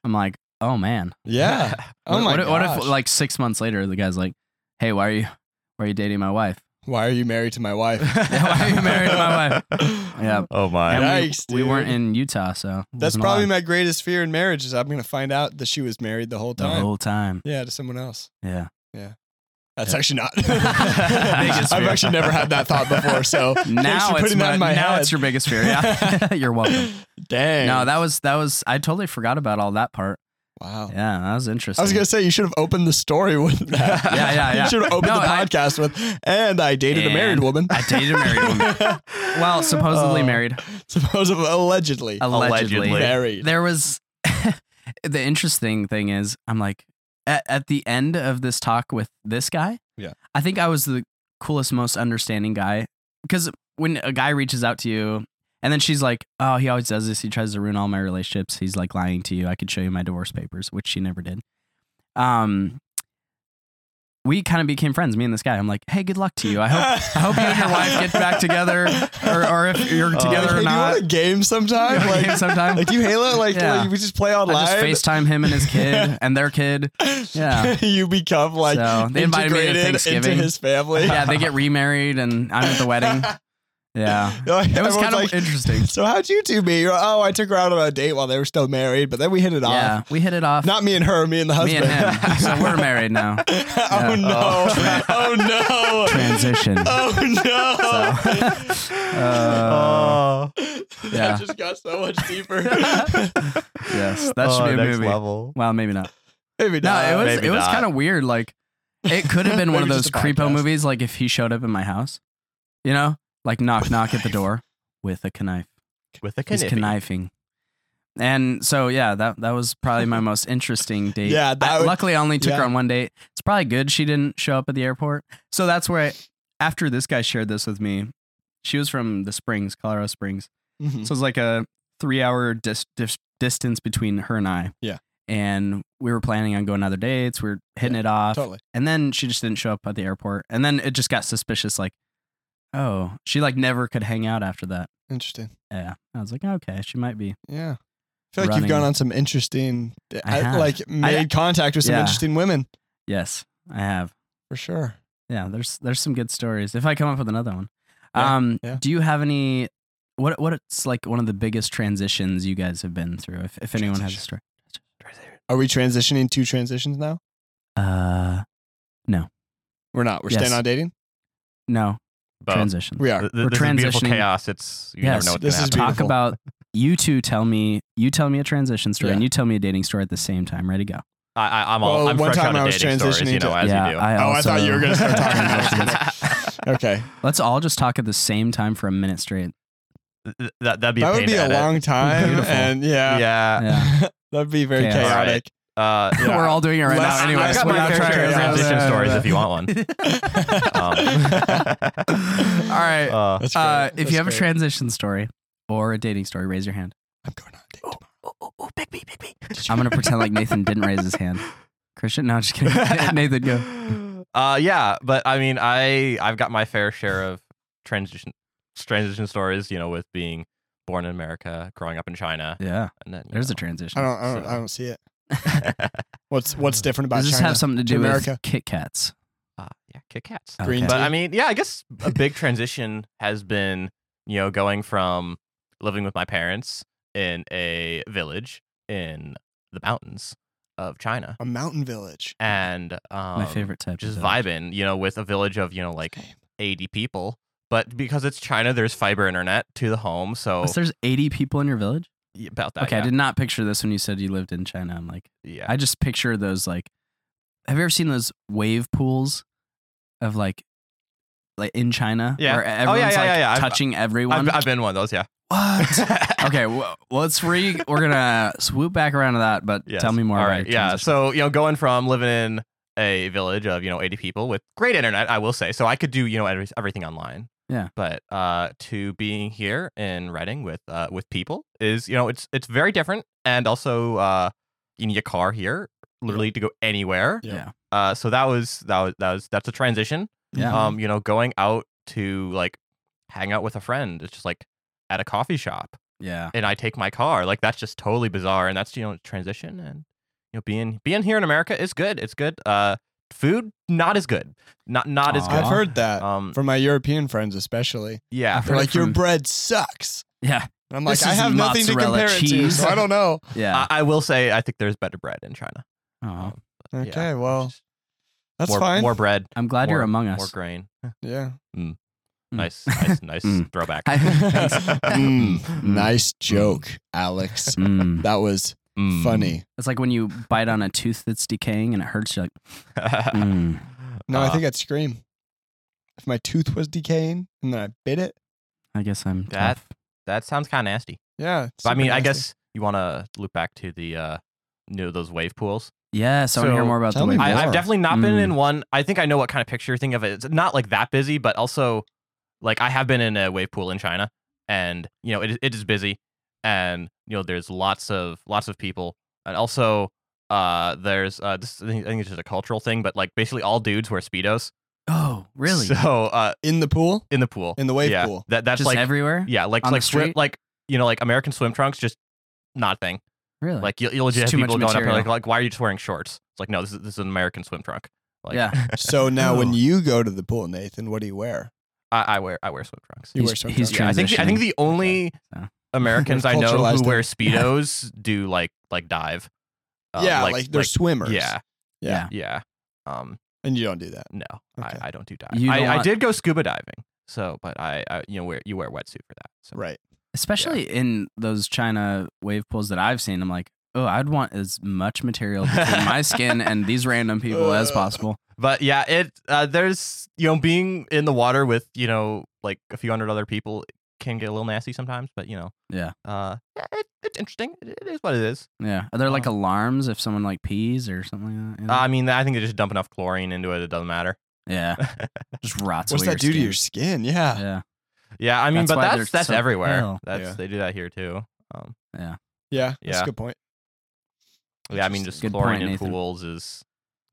I'm like, oh man.
Yeah. Oh
what,
my
what, if- what
gosh.
if like six months later the guy's like, hey, why are you why are you dating my wife?
Why are you married to my wife?
why are you married to my wife?
wife?
Yeah.
Oh my.
And we-
Yikes,
we, weren't
dude.
in Utah, so it
That's
wasn't
probably
allowed
my greatest fear in marriage is I'm gonna find out that she was married the whole
the
time.
whole time.
yeah, to someone else.
Yeah,
That's
Yeah.
actually not.
Biggest
I've
fear.
actually never had that thought before. So thanks
now
for
it's
putting that
my-
in my
now
head.
it's your biggest fear. Yeah, you're welcome.
Dang.
No, that was that was I totally forgot about all that part.
wow.
Yeah, that was
Oh. I
interesting.
was gonna say you should have opened the story with that.
Yeah, yeah, yeah.
You should have opened
No,
the
I-
podcast with, and I dated a married
And
woman.
I dated a married woman. Well, supposedly
Uh,
married.
Supposedly, allegedly,
Allegedly.
Allegedly.
married.
There was the interesting thing is I'm like at, at the end of this talk with this guy.
Yeah.
I think I was the coolest, most understanding guy because when a guy reaches out to you. And then she's like, "Oh, he always does this. He tries to ruin all my relationships. He's like lying to you. I could show you my divorce papers, which she never did." Um, we kind of became friends. Me and this guy. I'm like, "Hey, good luck to you. I hope I hope you and your wife get back together, or, or if you're
Oh.
together or
Uh, Like, hey, Do you
not."
want a game sometime? like,
sometime.
like, do you Halo? Like,
Yeah.
like, we just play online.
I just FaceTime him and his kid and their kid. yeah.
you become like
So, they invited me to
integrated
Thanksgiving.
into his family.
Yeah, they get remarried and I'm at the wedding. Yeah.
Like,
It was
everyone's
kind of
like,
interesting.
So how'd you two meet? You're like, oh, I took her out on a date while they were still married, but then we hit it
Yeah,
off.
we hit it off.
Not me and her, me and the
me
husband.
and him. So we're married now.
oh no! Oh no!
Transition.
Oh no!
Uh, yeah.
That just got so much deeper.
Yes, that should
Oh,
be a
next
movie.
level.
Well, maybe not.
Maybe
No,
not.
it was
Maybe
it was
not.
kind of weird. Like it could have been one of
Maybe
those
just a
creepo
podcast.
movies. Like if he showed up in my house, you know, like knock
With a
knock at the
knife.
door with a knife.
With a
He's
knife.
knifing. And so yeah, that that was probably my most interesting date.
Yeah, that
I,
would-
luckily I only took her
yeah.
on one date. It's probably good she didn't show up at the airport. So that's where I, after this guy shared this with me, she was from the Springs, Colorado Springs.
Mhm.
So it's like a three hour dis- dis- distance between her and I.
Yeah.
and we were planning on going on other dates. We were hitting it off.
Totally.
And then she just didn't show up at the airport. And then it just got suspicious like, oh, she like never could hang out after that.
Interesting.
Yeah. I was like, okay, she might be.
Yeah. I feel like
Running.
you've gone on some interesting,
I
I
have.
like made contact with some
yeah.
interesting women
Yes, I have.
for sure.
Yeah, there's there's some good stories. If I come up with another one.
Yeah,
um
yeah.
do you have any what what's like one of the biggest transitions you guys have been through if if anyone has a
Transition.
story?
Are we transitioning to transitions now?
Uh
We're not. We're
Yes.
staying on dating.
no,
Both.
transition.
We are.
Th- th-
We're
this is beautiful
transitioning-
chaos. It's you never
Yes,
know what's
this
gonna
is
happen.
Talk
Beautiful.
about you two tell me you tell me a transition story
Yeah.
and you tell me a dating story at the same time. Ready to go.
I, I, I'm all.
Well,
I'm
one
fresh
time
out
I
of
was
dating stories, you
transitioning to-
know, as
yeah,
you do.
I
Oh, I
also,
thought you were gonna start talking
about
Okay.
Let's all just talk at the same time for a minute straight.
Th- that that'd be a
that
pain
would be
to
a
edit.
long time.
Beautiful.
And yeah.
Yeah.
Yeah.
That'd be very
Chaos.
chaotic.
Uh,
Uh, Yeah.
We're all doing it right
Less-
now. Anyway,
I've
Anyways,
got
we're
my
not
fair share
trying
of
to-
transition
Yeah.
stories if you want one. Um,
all right.
uh,
That's
Uh, if
great.
you
That's
have a
great.
transition story or a dating story, raise your hand.
I'm going on a date. tomorrow.
big B, big B.
I'm gonna pretend like Nathan didn't raise his hand. Christian, no, just kidding. Nathan, go.
Uh, yeah, but I mean, I I've got my fair share of transition transition stories. You know, with being born in America, growing up in China,
Yeah,
and then you
there's a
know.
transition.
I don't. I don't,
So-
I don't see it. What's What's different about
Does this
China?
have something to do
to
with
America.
Kit Kats?
uh, yeah, Kit Kats.
Okay.
Green
But I
tea.
mean, yeah, I guess a big transition has been, you know, going from living with my parents in a village in the mountains of China
a mountain village.
and um,
My favorite type.
just
of
vibing, you know, with a village of, you know, like
Same.
80 people. But because it's China, there's fiber internet to the home. So
Oh, there's 80 people in your village.
y- about that.
Okay,
Uh, yeah.
I did not picture this when you said you lived in China. I'm like,
Yeah.
I just picture those like. Have you ever seen those wave pools, of like, like in China?
Yeah.
Where
Oh, yeah,
everyone's
yeah,
like
yeah, yeah. I've-
touching everyone.
I've, I've been one of those, yeah.
what? okay, well, let's re. We're gonna swoop back around to that, but
Yes.
tell me more.
All
about
right,
your
yeah.
transition.
So you know, going from living in a village of you know 80 people with great internet, I will say, so I could do you know every, everything online.
Yeah.
But uh, to being here in Reading with uh, with people is you know it's it's very different, and also uh, you need a car here literally to go anywhere.
Yeah.
yeah,
Uh, so that was that was that was that's a transition.
Mm-hmm.
yeah.
Um, you know, going out to like hang out with a friend, it's just like at a coffee shop
yeah.
and I take my car. Like that's just totally bizarre. And that's you know transition and you know being being here in America is good. It's good. Uh, food not as good. Not not as
Aw.
good.
I've heard that
Um,
from my European friends, especially.
yeah.
I've
They're
heard
like, your
from-
bread sucks.
Yeah,
And I'm like,
This
I
is
have nothing to
mozzarella
compare it to,
cheese."
so I don't know.
yeah.
I, I will say I think there's better bread in China.
Aw.
Um,
Okay,
yeah,
well,
just
that's
more,
fine.
More bread.
I'm glad
more,
you're among
More
us.
grain.
yeah.
Mm.
Nice, nice, nice
Mm.
throwback.
I- thanks.
Mm, nice joke, Alex.
Mm.
That was
Mm.
funny.
It's like when you bite on a tooth that's decaying and it hurts. You're like, mm.
No, I
Uh,
think I'd scream. If my tooth was decaying and then I bit it,
I guess I'm
That-
tough.
that sounds kind of nasty.
yeah. it's
But I
super
mean, I
nasty.
guess you want to loop back to the uh, you know those wave pools.
Yes, I want to hear
So-
more about the
Tell me
wave.
I,
more.
I've definitely not been
Mm.
in one. I think I know what kind of picture you're thinking of. It's not like that busy, but also like I have been in a wave pool in China, and you know it it is busy, and you know there's lots of lots of people, and also uh there's uh this I think I think it's just a cultural thing, but like basically all dudes wear speedos.
Oh, really?
So uh
in the pool,
in the pool,
in the wave
yeah,
pool.
that that's
Just
like
everywhere?
yeah like
On the
like swim,
street?
like you know like American swim trunks just not a thing.
Really?
Like you'll, you'll just have
It's too much
people going up and like
material.
like why are you just wearing shorts? It's like no this is this is an American swim trunk. Like,
Yeah.
So now, when
Oh.
you go to the pool, Nathan, what do you wear?
I, I wear I wear swim trunks.
You
He's-
wear swim
he's
trunks.
Yeah, I think the, I think
transitioning.
the only
so.
Americans I know
Culturalized
who
it.
wear speedos do like like dive. Uh,
yeah, like, they're swimmers.
Yeah,
yeah,
Yeah.
yeah. Um,
and you don't do that.
no,
Okay.
I, I don't do dive.
You
I,
don't
I
want-
did go scuba diving, so but I, I you know wear you wear a wetsuit for that. So.
Right.
Especially in those China wave pools that I've seen, I'm like, oh, I'd want as much material between my skin and these random people as
Uh.
possible.
But yeah, it uh, there's you know being in the water with you know like a few hundred other people can get a little nasty sometimes, but you know
Yeah.
uh yeah, it, it's interesting. It, it is what it is.
Yeah. Are there like
Uh.
alarms if someone like pees or something like that? you know?
I mean, I think they just dump enough chlorine into it; it doesn't matter.
yeah. Just rots.
What's
away
that do to
skin.
your skin? Yeah.
Yeah.
Yeah, I mean,
That's
but
why
that's
they're
that's
so Oh.
everywhere.
pale.
That's
Yeah.
they do that here too. Um,
Yeah. That's
Yeah.
a good point.
Yeah, I mean, just
Good
chlorine
point,
in
Nathan.
pools is, is-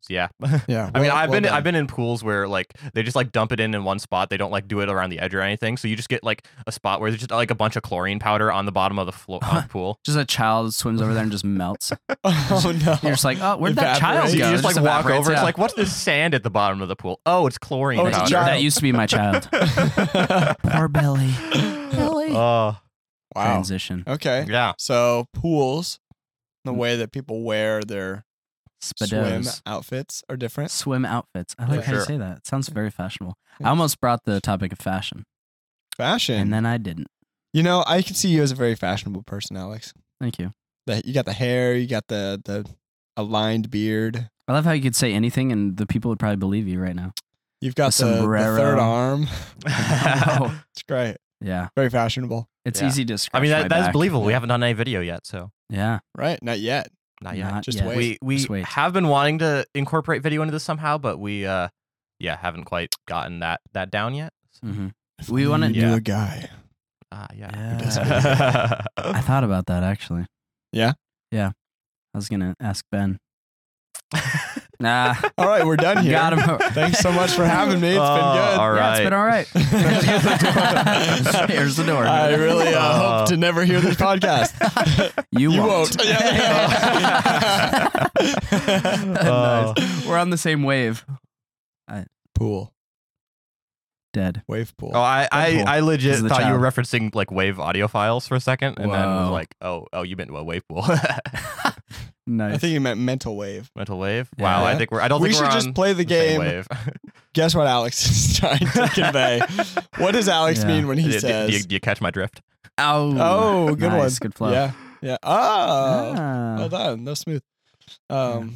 yeah.
Yeah.
I mean,
well-
I've
well
been
done.
I've been in pools where like they just like dump it in in one spot. They don't like do it around the edge or anything. So you just get like a spot where there's just like a bunch of chlorine powder on the bottom of the flo- uh, pool.
Just a child swims over there and just melts.
Oh no.
You're just like, oh, where'd that child
So
go?
you just
It
Evaporates.
like walk
evaporates,
over.
yeah.
It's like what's this sand at the bottom of the pool? Oh, it's chlorine
Oh, it's a
that,
powder.
child.
that used to be my child. Poor Billy. Billy.
Oh
wow.
Transition.
Okay.
yeah.
So pools,
Mm.
the way that people wear their swim
Spados.
outfits are different.
Swim outfits. I like
Yeah.
how you
Sure.
say that. It sounds very fashionable.
Yeah.
I almost brought the topic of fashion,
Fashion.
and then I didn't.
you know, I can see you as a very fashionable person, Alex.
Thank you.
The, you got the hair. You got the the aligned beard.
I love how you could say anything, and the people would probably believe you right now.
You've got
The
the, the
sombrero.
third arm.
Oh,
It's great.
yeah,
Very fashionable.
it's
Yeah.
easy to.
I
scratch
mean
my
that, that's
back.
believable. We haven't done any video yet, so
Yeah,
Right? Not yet.
not yet.
Not
Just
yet.
wait.
we we
Just wait.
have been wanting to incorporate video into this somehow, but we uh yeah haven't quite gotten that that down yet. So,
Mhm.
If
We
only
wanna-
you knew
Yeah.
a guy.
Ah
Yeah.
yeah.
I thought about that actually.
Yeah?
yeah. I was gonna ask Ben. Nah,
All right, we're done here.
got him.
Thanks so much for having me. It's
Oh,
been good.
all
Yeah, it's
right.
been all right. Here's the door.
I really uh,
Oh.
hope to never hear this podcast.
You,
You
won't.
won't. Yeah, Oh. there you go.
Oh.
Nice. We're on the same wave.
pool,
Dead.
wave pool.
Oh, I, I,
Deadpool
I legit
is the
thought you were
child.
referencing like wave audio files for a second, and then was
Whoa.
like, oh, oh, you meant a wave pool,
Nice.
I think you meant mental wave.
mental wave.
Yeah.
Wow, I
Yeah.
think we're. I don't
we
think
should
we're
just
on
play the
the same
game.
wave.
Guess what Alex is trying to convey? what does Alex
Yeah.
mean when he
do, do-
says?
do you, do you catch my drift?
Ow.
Oh, good
nice.
one.
Good flow.
Yeah, yeah. Oh,
Ah.
well done. No smooth. Um,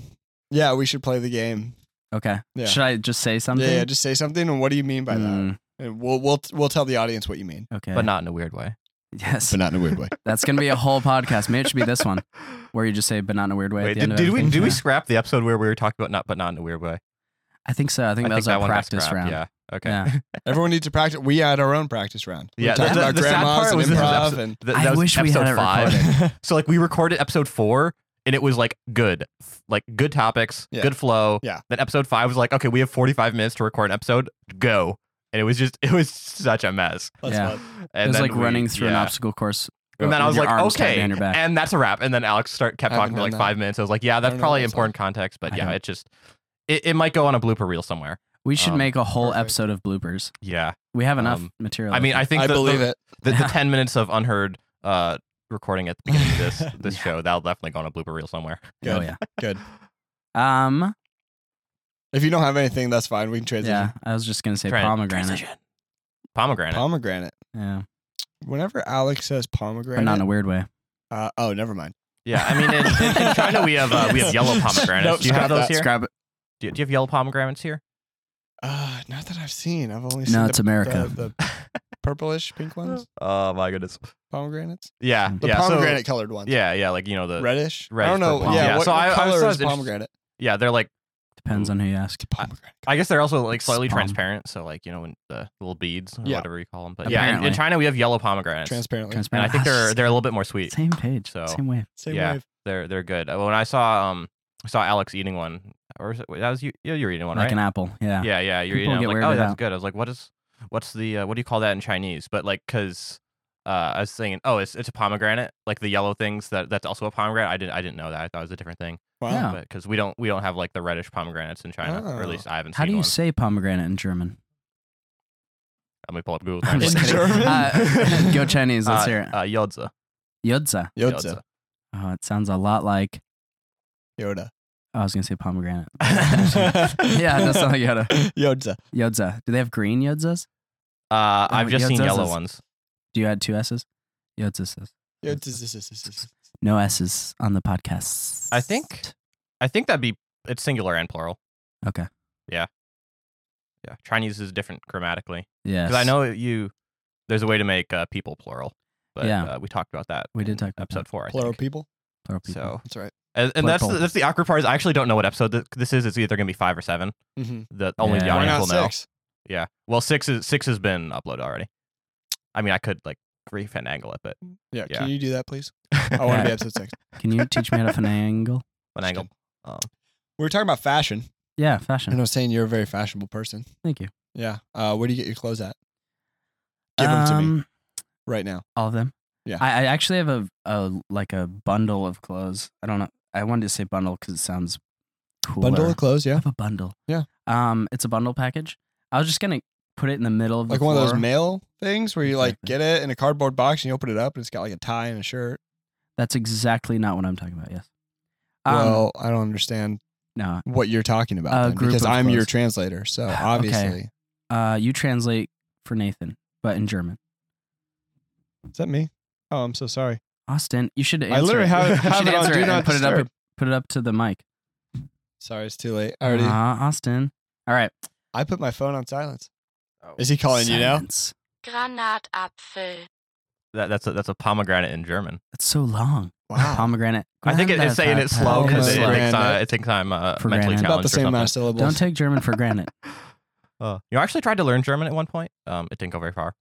yeah. we should play the game.
okay.
Yeah.
Should I just say something?
Yeah, yeah, just say something and what do you mean by that?
Mm,
And we'll we'll we'll tell the audience what you mean,
Okay.
But not in a weird way.
Yes.
not in a weird way.
That's gonna be a whole podcast. Maybe it should be this one where you just say, but not in a weird way. at
Wait,
the
did,
end of
did we
everything.
did we
Yeah.
scrap the episode where we were talking about not but not in a weird way?
I think so. I think that was our
one got
practice
scrapped,
round.
Yeah. Okay.
Yeah.
Everyone needs to practice. We had our own practice round. We
Yeah,
were talking
the-
about
the sad
grandmas
part
and
was this
improv
episode-
and
Th-
I
that was
wish we had
episode
it
five.
recorded.
So like we recorded episode four and it was like good, f- like good topics,
Yeah.
good flow.
Yeah.
Then episode five was like, okay, we have forty five minutes to record an episode. Go. And it was just, it was such a mess.
That's
Yeah.
fun.
And
it was
then
like
we-
running through an
yeah.
obstacle course.
And then I
with
was
Oh, your
like,
arms tied
okay,
behind your back.
and that's a wrap. And then Alex start kept
I
talking
haven't
for like
done
five minutes. I was like, yeah,
don't
that's
know
probably
what that's
important context, but
I
yeah,
don't-
it just, it, it might go on a blooper reel somewhere.
we should
um,
make a whole
perfect.
episode of bloopers.
Yeah.
We have enough
Um,
material.
I mean, I think
I
the- the-
believe it.
the, the 10 minutes of unheard uh recording at the beginning of this this
Yeah.
show that'll definitely go on a blooper reel somewhere
Oh
Good.
yeah.
Good.
Um.
If you don't have anything, that's fine. We can transition.
Yeah. I was just gonna say
Tran-
pomegranate.
pomegranate
Pomegranate.
Yeah,
Whenever Alex says
but not in
pomegranate,
a weird way.
uh, oh, never mind.
yeah i mean in, in, in china we have uh, we have yellow pomegranates
Nope,
do you have
scrap
those
that,
here
Scrap it.
do you, do you have yellow pomegranates here
Uh, not that I've seen. I've only
No,
seen the-
it's America.
The, the purplish pink ones,
oh my goodness
pomegranates.
yeah
The
yeah so-
pomegranate colored ones.
yeah yeah like you know the
Reddish.
Reddish
I don't know.
purple.
Yeah.
Yeah,
What,
so
what
I- I was-
color
I was
is
interest-
pomegranate?
yeah they're like
Depends on who you ask.
It's pomegranate.
i guess they're also like slightly
Spom.
transparent so like you know when the little beads or
Yeah.
whatever you call them but yeah in- in,
Apparently.
china we have yellow pomegranates
Transparently.
and i
Transparent.
think they're they're a little bit more sweet
same page.
so-
Same wave.
Same
yeah.
wave.
they're they're good Uh, when i saw um i saw alex eating one or is it, wait, that was you yeah, you're eating one
Like
right
an apple. Yeah.
Yeah, yeah. You're
People
eating.
get
I'm like,
weirded
oh, that's
out.
good. I was like, what is, what's the, uh, what do you call that in Chinese? But like, cause uh, I was thinking, oh, it's it's a pomegranate, like the yellow things that that's also a pomegranate. I didn't I didn't know that. I thought it was a different thing.
Wow.
Yeah. Oh.
But because we don't we don't have like the reddish pomegranates in China, or at
Oh.
least I haven't
How
seen
do you
one.
say pomegranate in German?
Let me pull up Google.
I'm
Translate.
just
In
kidding.
German?
Uh, go Chinese. Let's
Uh,
hear it.
Uh, Yodza.
Yodza.
Yoda.
Oh, it sounds a lot like.
Yoda.
I was gonna say pomegranate. yeah,
yeah,
that's not like Yoda.
Yoda.
Yodza. Do they have green yodzas?
Uh, I've
Oh,
just seen
Yodza's
yellow
is-
ones.
Do you add two s's? Yodzas.
Yoda.
No s's on the podcast.
I think- I think that'd be it's singular and plural.
Okay.
Yeah. Yeah. Chinese is different grammatically.
Yes.
Because I know you, there's a way to make uh, people plural, but
Yeah.
uh, we talked about that.
We did
in
talk about
episode
that.
four. I
Plural
think.
people.
Plural people.
So,
That's right.
and, and that's the,
Plural.
that's the awkward part. Is I actually don't know what episode th- this is. It's either gonna be five or seven.
Mm-hmm.
The only the
Yeah.
Why
audience
not
will know.
six?
Yeah. Well, six is six has been uploaded already. I mean, I could like refandangle it, but
Yeah.
Yeah.
Can you do that, please? I want to be episode six.
Can you teach me how to finagle?
But an angle. Um,
We were talking about fashion,
Yeah,
and I
fashion.
was saying you're a very fashionable person.
Thank you.
Yeah. Uh, where do you get your clothes at? Give them to me
Um,
right now.
All of them.
Yeah.
I, I actually have a, a like a bundle of clothes. I don't know. I wanted to say bundle because it sounds cooler.
Bundle of clothes,
I
yeah.
have a bundle.
Yeah.
Um, it's a bundle package. I was just gonna put it in the middle of
Like
the
one of those
floor.
mail things where you like
Exactly.
get it in a cardboard box and you open it up and it's got like a tie and a shirt.
That's exactly not what I'm talking about. Yes. Um,
well, I don't understand
no.
what you're talking about
A
then,
group
because
of
I'm your
clothes.
translator. So
Okay.
obviously,
Uh, you translate for Nathan, but in German.
is that me? Oh, I'm so sorry.
Austin, you should. Answer
I literally
it.
have,
You
have
should
it on
answer
do
and
not
put it
disturb.
up. Put it up to the mic.
Sorry, it's too late. I already.
Uh, Austin. All right.
I put my phone on silence. Is he calling you now?
Silence.
Granatapfel.
that, that's a, that's a pomegranate in German.
That's so long.
Wow.
Pomegranate.
I think it, it's saying it slow because it, it
Pomegranate.
takes time.
Pomegranate.
It takes time uh,
For
mentally challenged
granted.
About the
or
same amount of
something.
syllables.
Don't take German for granted.
Uh, you know, I actually tried to learn German at one point. Um, it didn't go very far.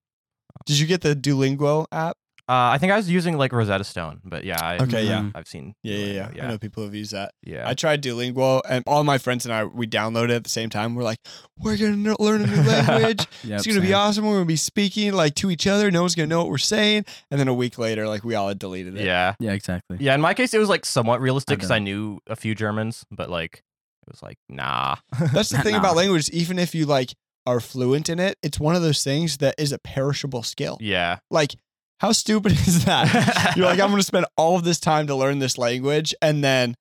Did you get the Duolingo app?
Uh, I think I was using like Rosetta Stone, but yeah, I,
Okay, yeah.
I've- I've seen.
Yeah, yeah, yeah.
Duolingo,
I know people have used that.
yeah.
I tried Duolingo, and all my friends and I we downloaded it at the same time. We're like, we're gonna learn a new language.
Yep,
it's gonna be
same.
awesome. We're gonna be speaking like to each other. No one's gonna know what we're saying. And then a week later, like we all had deleted it.
yeah,
Yeah, exactly.
yeah. In my case, it was like somewhat realistic
I
because I knew a few Germans, but like it was like nah.
That's the thing
Nah.
about language. Even if you like are fluent in it, it's one of those things that is a perishable skill.
Yeah,
Like, how stupid is that? You're like, I'm gonna spend all of this time to learn this language, and then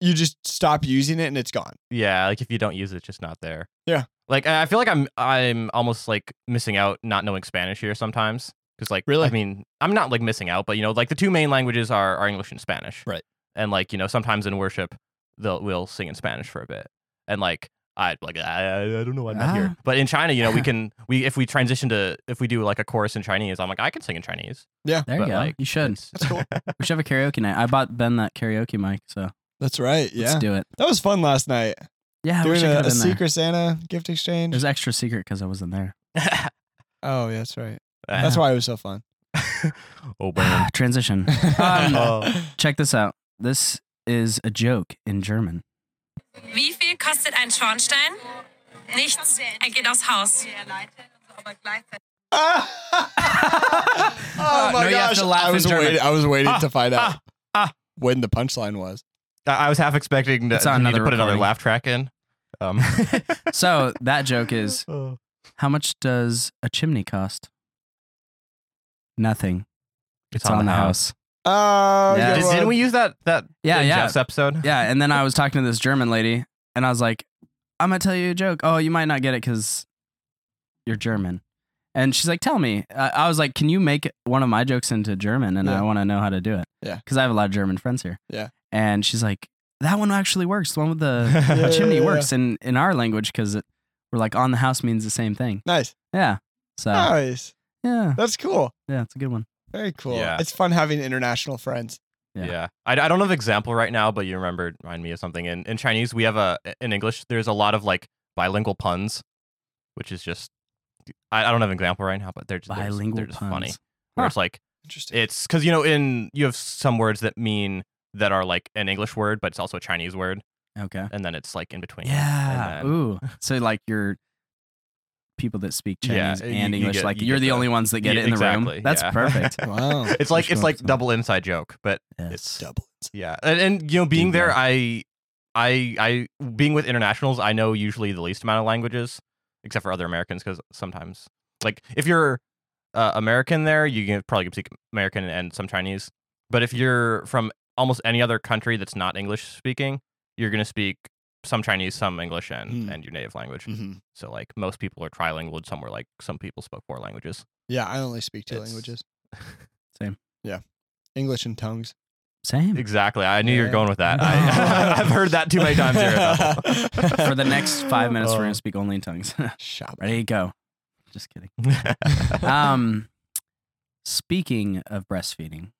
you just stop using it and it's gone.
yeah. Like if you don't use it, it's just not there.
Yeah.
Like I I feel like I'm I'm almost like missing out not knowing Spanish here sometimes because like
Really?
I mean I'm not like missing out, but you know like the two main languages are are English and Spanish.
Right.
And like you know sometimes in worship they'll we'll sing in Spanish for a bit and like. I like I, I don't know why I'm not
Ah.
here, but in China, you know, we can we if we transition to if we do like a chorus in Chinese, I'm like I can sing in Chinese.
There you
But,
go.
like,
you should.
It's-
That's cool.
We should have a karaoke night. I bought Ben that karaoke mic, so
That's right.
let's
Yeah.
do it.
That was fun last night.
Yeah, I wish
Doing
I could
a,
have
a
been there.
secret Santa gift exchange.
It was extra secret because I wasn't there.
oh, yeah, that's right.
Ah.
That's why it was so fun.
oh man,
Transition. Um,
Oh.
Check this out. This is a joke in German.
Wie viel kostet ein Schornstein? Nichts. Er geht aufs Haus.
oh
Uh, no, you have to laugh
I
in
was
German.
waiting. I was waiting
Ah,
to find out
ah, ah.
when the punchline was.
I I was half expecting to,
It's on
to need to
another
put another
recording.
laugh track in. Um,
So that joke is
oh.
how much does a chimney cost? Nothing. It's, on, the house.
Oh,
Yeah.
yeah.
Did, didn't we use that that
Yeah,
in
yeah.
Jeff's episode?
Yeah, and then I was talking to this German lady, and I was like, "I'm gonna tell you a joke. Oh, you might not get it because you're German." And she's like, "Tell me." I, I was like, "Can you make one of my jokes into German?" And
Yeah.
I want to know how to do it.
Yeah.
because I have a lot of German friends here.
Yeah.
and she's like, "That one actually works. The one with the
Yeah, yeah,
chimney
yeah,
works in in our language because we're like on the house means the same thing."
Nice.
Yeah. So
Ah.
Nice.
yeah,
That's cool.
yeah, it's a good one.
Very cool.
Yeah.
It's fun having international friends.
Yeah.
Yeah.
I, I don't have an example right now, but you remember remind me of something. In in Chinese, we have a in English. There's a lot of like bilingual puns, which is just I, I don't have an example right now, but they're just they're just-
Bilingual
they're just
puns.
funny. Where
Huh.
it's like
Interesting.
it's because you know in you have some words that mean that are like an English word, but it's also a Chinese word,
Okay.
and then it's like in between.
Yeah.
And then-
Ooh. So like your people that speak
Yeah,
Chinese
you-
and
you
English,
get-
like
you
you are
get
the
the-
only ones that get
Yeah,
it in the
exactly,
room. That's
yeah.
perfect.
wow.
It's like
Sure,
it's like
so.
double inside joke, but
Yes.
double.
yeah, and, and you know, being
Dude,
there,
yeah.
I, I, I, being with internationals, I know usually the least amount of languages, except for other Americans, because sometimes, like, if you're uh, American there, you can probably speak American and some Chinese, but if you're from almost any other country that's not English speaking, you're gonna speak some Chinese, some English, and
Mm.
and your native language.
Mm-hmm.
hmm
So like, most people are trilingual. and Some were like, some people spoke four languages.
Yeah, I only speak two
It's-
languages.
Same.
Yeah. English and tongues.
Same.
Exactly. I knew you were
Yeah.
going with that. I, I've heard that too many times here. at Bethel.
For the next five minutes, we're
Oh.
gonna speak only in tongues.
Shop.
Ready? Go. Just kidding. Um, speaking of breastfeeding,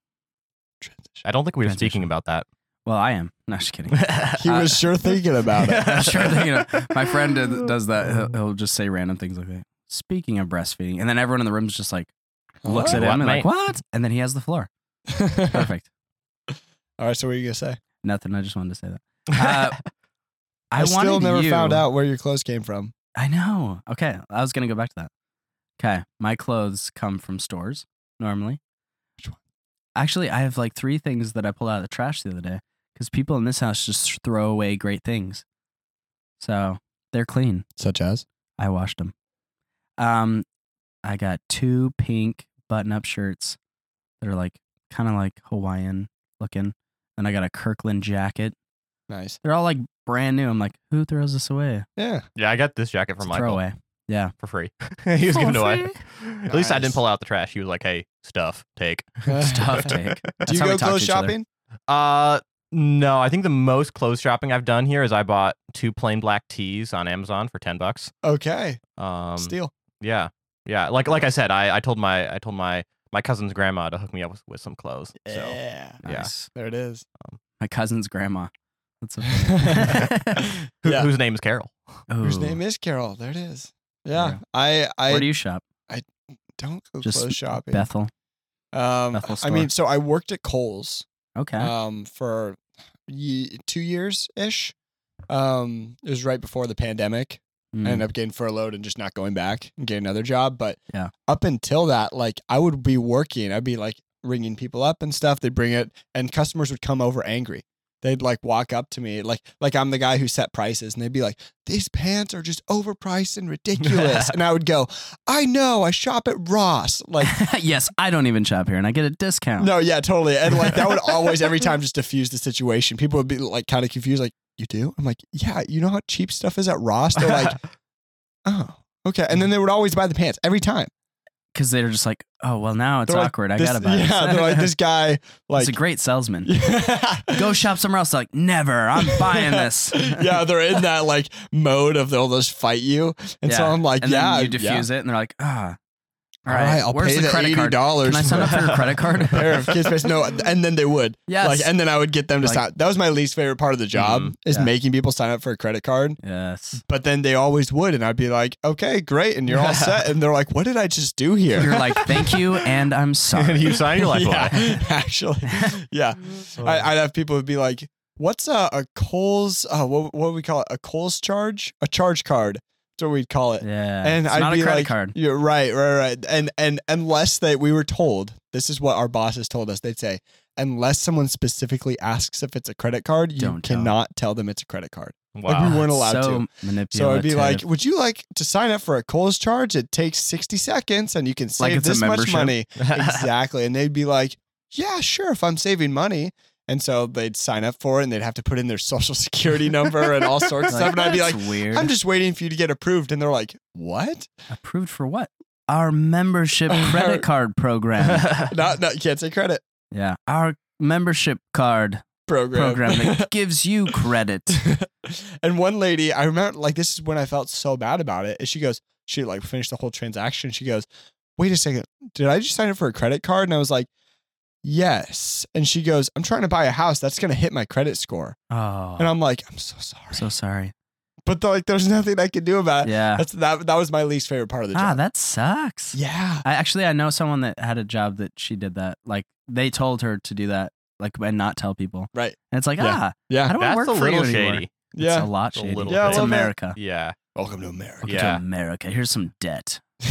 Transition.
I don't think we were
Transition.
speaking about that.
well, I am. No, just kidding.
He
Uh,
was sure thinking about it.
I'm sure that, you know, my friend did- does that. He'll, he'll just say random things like that. Speaking of breastfeeding, and then everyone in the room's just like looks at him
What,
and
mate?
like what, and then he has the floor. Perfect.
All right, so what are you gonna say?
Nothing. I just wanted to say that. Uh, I,
I, still
wanted
never
you-
found out where your clothes came from.
I know. Okay, I was gonna go back to that. Okay, my clothes come from stores normally.
Which one?
Actually, I have like three things that I pulled out of the trash the other day because people in this house just throw away great things. So they're clean.
Such as?
I washed them. Um, I got two pink button-up shirts that are like kind of like Hawaiian looking, and I got a Kirkland jacket.
Nice.
They're all like brand new. I'm like, who throws this away?
Yeah.
Yeah, I got this jacket from
It's a
Michael
throwaway. Yeah.
for free. he was
For
giving it away. At least I
Nice.
didn't pull out the trash. He was like, "Hey, stuff, take."
Stuff take.
Uh, Do you
how we
go
talk to
clothes
each other.
shopping?
Uh, no, I think the most clothes shopping I've done here is I bought two plain black tees on Amazon for ten bucks.
Okay.
Um,
Steal.
yeah, yeah. Like like I said, I, I told my I told my my cousin's grandma to hook me up with, with some clothes. So
yeah.
Yeah.
Nice.
There it is.
My cousin's grandma. That's Oh. so funny.
who,
Yeah.
whose name is Carol?
Whose
Ooh.
name is Carol? There it is. Yeah.
Yeah.
I I
Where do
do
you shop?
not go
Just
clothes shopping.
Bethel.
um
Bethel
I
store.
mean, so I worked at Kohl's
Okay.
um for ye- 2 years ish. Um it was right before the pandemic.
Mm.
I ended up getting furloughed and just not going back and getting another job. But
Yeah.
up until that, like I would be working, I'd be like ringing people up and stuff. They'd bring it, and customers would come over angry. They'd like walk up to me, like like I'm the guy who set prices, and they'd be like, "These pants are just overpriced and ridiculous." and I would go, "I know, I shop at Ross." Like,
yes, I don't even shop here, and I get a discount.
no, yeah, totally. And like that would always every time just diffuse the situation. People would be like kind of confused, like, "You do?" I'm like, "Yeah, you know how cheap stuff is at Ross." They're like, Oh, okay. And then they would always buy the pants every time.
because they're just like, oh well, now it's
They're like,
awkward. I
This-
gotta buy. this."
yeah, they're like this guy. Like,
He's a great salesman.
yeah.
Go shop somewhere else. Like never. I'm buying this.
yeah, they're in that like mode of they'll just fight you, and so
Yeah.
I'm like,
and
yeah,
then you
yeah.
diffuse it, and they're like, ah,
All right, I'll
where's
pay
the
the
credit
eighty
card?
dollars.
Can I sign up for your credit card?
Pair of kids' face. No, and then they would.
Yes.
Like, and then I would get them to
Like- Mm-hmm.
sign. That was my least favorite part of the job
Mhm.
is
Yeah.
making people sign up for a credit card.
yes.
But then they always would, and I'd be like, okay, great, and you're all set. And they're like, what did I just do here?
You're like, thank you, and I'm sorry.
you sign your life away.
yeah, actually, yeah.
Oh.
I, I'd have people would be like, "What's a, a Coles? Uh, what what do we call it? A Coles charge? A charge card? That's what we'd call it."
yeah.
And
it's
I'd
not
be
a credit
like,
card.
"You're right, right, right." And and unless they we were told, this is what our bosses told us. They'd say, "Unless someone specifically asks if it's a credit card, you
Don't tell.
cannot tell them it's a credit card."
Wow.
we weren't
so
allowed to.
Manipulative.
So I'd be like, "Would you like to sign up for a Coles charge? It takes sixty seconds, and you can
Like
save
it's a
this much
membership?
money." exactly. And they'd be like, yeah, sure, if I'm saving money. And so they'd sign up for it and they'd have to put in their social security number and all sorts of stuff. And I'd be
"That's
like,
weird.
I'm just waiting for you to get approved. And they're like, what?
approved for what? Our membership credit card program.
No, no, you can't say credit
yeah, our membership card
program.
program that gives you credit.
and one lady, I remember, like, this is when I felt so bad about it. And she goes, she like finished the whole transaction. She goes, wait a second, did I just sign up for a credit card? And I was like, yes. And she goes, I'm trying to buy a house. That's going to hit my credit score.
Oh,
And I'm like, I'm so sorry.
I'm so sorry.
but like there's nothing I can do about it.
Yeah.
That's that that was my least favorite part of the
Ah,
job.
that sucks.
yeah.
I actually I know someone that had a job that she did that. Like they told her to do that, like and not tell people.
Right.
And it's like,
Yeah.
ah, I
Yeah.
don't
That's
work
a
for
little
you anymore.
shady.
It's
Yeah.
a lot
It's a
shady.
little
Yeah, a
it's
little bit.
America.
Yeah.
Welcome to America.
Welcome
Yeah.
to America. Here's some debt.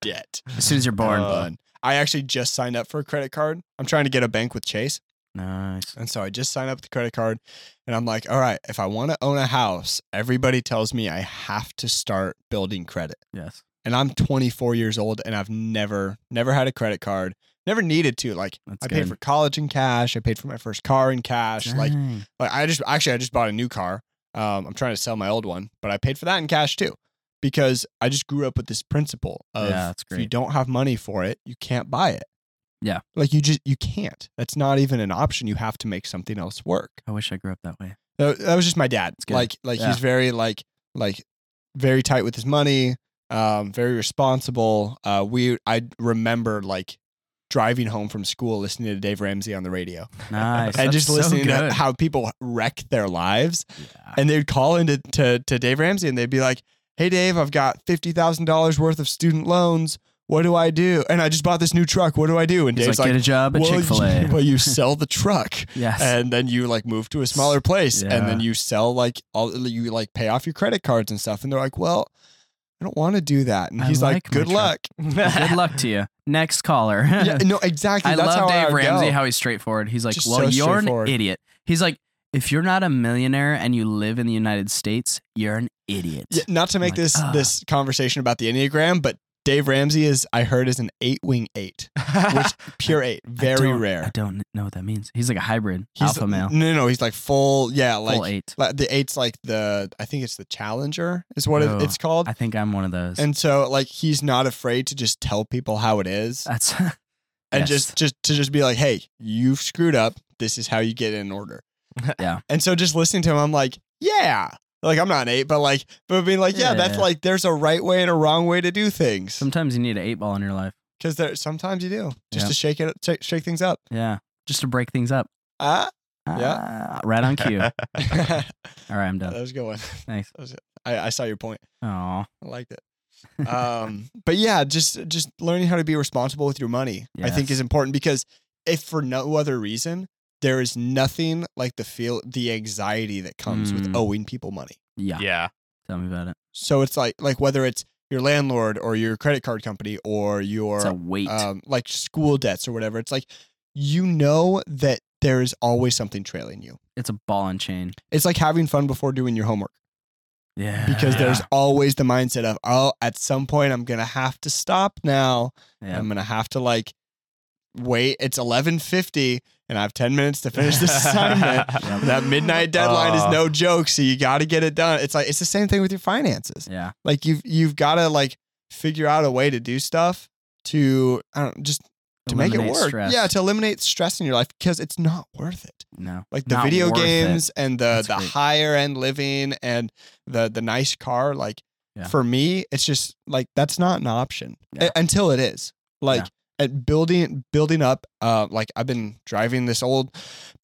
Debt.
As soon as you're born.
Uh,
Fun. I actually just signed up for a credit card. I'm trying to get a bank with Chase.
nice.
And so I just signed up with the credit card and I'm like, all right, if I want to own a house, everybody tells me I have to start building credit.
Yes.
And I'm 24 years old and I've never, never had a credit card, never needed to. Like,
That's
I
good.
paid for college in cash. I paid for my first car in cash. Like,
Dang.
Like I just actually I just bought a new car. Um, I'm trying to sell my old one, but I paid for that in cash too because I just grew up with this principle of
Yeah, that's
if you
great.
don't have money for it, you can't buy it.
Yeah.
like you just you can't. That's not even an option. You have to make something else work.
I wish I grew up that way.
That, that was just my dad.
That's good.
Like like
Yeah.
he's very like like very tight with his money. Um, very responsible. Uh, we I remember like driving home from school listening to Dave Ramsey on the radio
Nice.
and
That's
just
so
listening to
good.
how people wreck their lives
Yeah.
and they'd call into to, to Dave Ramsey and they'd be like, "Hey Dave, I've got fifty thousand dollars worth of student loans. what do I do? And I just bought this new truck. What do I do? And
He's
Dave's
like,
like,
get a job at
well,
Chick Fil
you, well,
A.
you sell the truck,
Yes.
and then you like move to a smaller place, and then
Yeah.
you sell like all you like pay off your credit cards and stuff. And they're like, well, I don't want to do that. And
I
he's like,
like my
good
truck.
luck.
Good luck to you. Next caller.
yeah, no, exactly.
I
That's
love
how I
Dave
would
Ramsey
go.
how he's straightforward. He's like,
Just so
"Well, you're
straightforward.
an idiot." He's like, "If you're not a millionaire and you live in the United States, you're an idiot."
Yeah, not to make
like,
this
"Ah."
this conversation about the enneagram, but Dave Ramsey is I heard is an eight wing eight, which pure eight,
I
very
don't-
rare.
I don't know what that means. He's like a hybrid,
He's
alpha male,
No, no, no, he's like full. Yeah,
full
like
eight.
like, the eight's like the I think it's the challenger is what it-
Oh,
it's called.
I think I'm one of those.
and so like he's not afraid to just tell people how it is,
that's
and
yes.
just just to just be like, hey, you've screwed up. This is how you get in order.
Yeah.
And so just listening to him, I'm like, yeah. Like I'm not an eight, but like, but being like, yeah, that's
Yeah.
like, there's a right way and a wrong way to do things.
sometimes you need an eight ball in your life.
Because there sometimes you do just
Yeah.
to shake it, shake, shake things up.
Yeah, just to break things up.
Ah,
Ah,
Yeah. Uh,
right on cue. All
that
right, I'm done.
was a good one.
Thanks.
I, I saw your point.
Oh,
I liked it. Um, but yeah, just just learning how to be responsible with your money, I think,
Yes.
is important because if for no other reason, there is nothing like the feel, the anxiety that comes with
Mm.
owing people money.
yeah.
yeah.
Tell me about it.
So it's like like whether it's your landlord or your credit card company or your
It's a weight.
um, like school debts or whatever. It's like you know that there is always something trailing you.
it's a ball and chain.
It's like having fun before doing your homework
Yeah.
because
Yeah.
there's always the mindset of, oh, at some point I'm gonna have to stop now.
yeah.
I'm gonna have to like wait. It's 11:50 and I have 10 minutes to finish this assignment.
Yep.
that midnight deadline
Uh.
is no joke, so you got to get it done. It's like it's the same thing with your finances.
yeah.
Like you've you've got to like figure out a way to do stuff to I don't just to make it
Eliminate
work.
stress.
Yeah, to eliminate stress in your life because it's not worth it
No.
like the
Not
video
worth it.
games and the
That's
the
great.
higher end living and the the nice car like
Yeah.
for me it's just like that's not an option
Yeah.
A- until it is like at building building up uh like I've been driving this old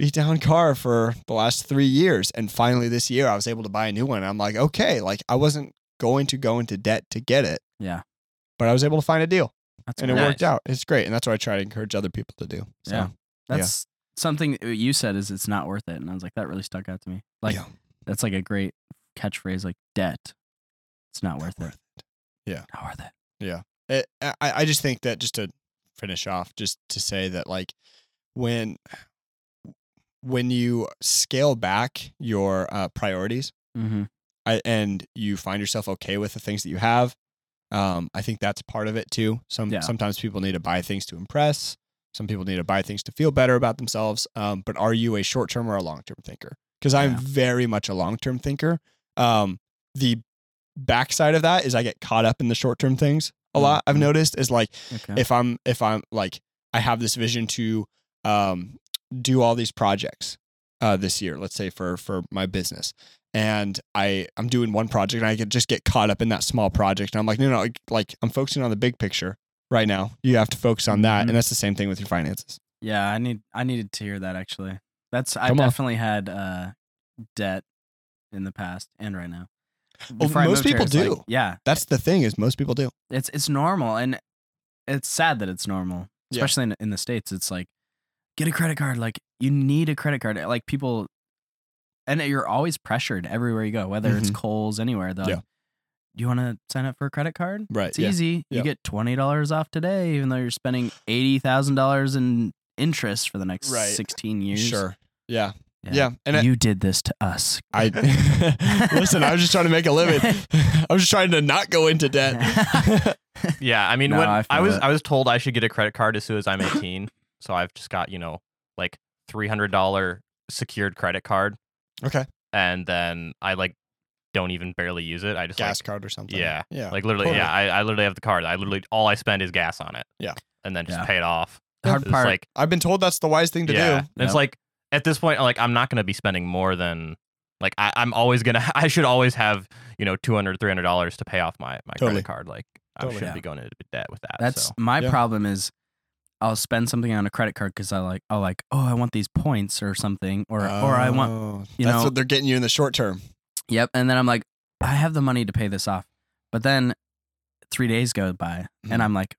beat down car for the last 3 years and finally this year I was able to buy a new one I'm like okay like I wasn't going to go into debt to get it
Yeah.
but I was able to find a deal
That's
and it
great.
worked out it's great and that's what I try to encourage other people to do so
Yeah. That's something that you said is it's not worth it, and I was like, that really stuck out to me. Like
Yeah.
that's like a great catchphrase, like debt. It's not worth it. Not worth it.
it, Eh, I, I just think that just to finish off, just to say that like when when you scale back your uh, priorities
Mm-hmm.
I, and you find yourself okay with the things that you have, um, I think that's part of it too. Some
Yeah.
sometimes people need to buy things to impress. Some people need to buy things to feel better about themselves. Um, but are you a short term or a long term thinker? Because I'm
Yeah.
very much a long term thinker. Um, the backside of that is I get caught up in the short term things a lot. I've
Mhm.
noticed is like
Okay.
if I'm if I'm like I have this vision to um do all these projects uh this year, let's say for for my business. And I I'm doing one project and I could just get caught up in that small project. And I'm like, no, no, like- like I'm focusing on the big picture right now. You have to focus on that.
Mhm.
And that's the same thing with your finances.
yeah, I need I needed to hear that actually. That's I
Come on.
definitely had uh, debt in the past and right now.
Well,
Before I
Oh, most
moved here,
people
it's like,
do.
yeah,
That's the thing is most people do.
it's it's normal and it's sad that it's normal
Yeah.
especially in, in the states it's like get a credit card like you need a credit card like people and you're always pressured everywhere you go whether it's
Mhm.
Kohl's anywhere though
Yeah.
do you want to sign up for a credit card
Right.
it's easy
Yeah.
you get $20 off today even though you're spending $80,000 in interest for the next
Right.
16 years
Sure. Yeah. Yeah. And I,
you did this to us
I listen, I was just trying to make a living. I was just trying to not go into debt.
Yeah, I mean,
No,
when
I
I,
feel
was
that.
I was told I should get a credit card as soon as I'm 18, so I've just got you know like three hundred dollar secured credit card,
okay.
and then I like don't even barely use it. I just
Gas
like,
card or something.
yeah.
Yeah.
like literally,
totally.
yeah, I, I literally have the card. I literally all I spend is gas on it.
Yeah.
and then just
Yeah.
pay it off.
the hard
It's
part
like
I've been told that's the wise thing to
yeah,
do.
And it's
Yep.
like at this point, like I'm not gonna be spending more than. Like I, I'm always gonna, I should always have, you know, 200 300 dollars to pay off my my
Totally.
credit card. Like I
Totally.
shouldn't
Yeah.
be going into debt with that.
That's
so.
my
Yeah.
problem is I'll spend something on a credit card because I like oh like oh I want these points or something or or I want
Oh,
you
that's
know-
what they're getting you in the short term.
yep and then I'm like I have the money to pay this off but then three days go by
Mhm.
and I'm like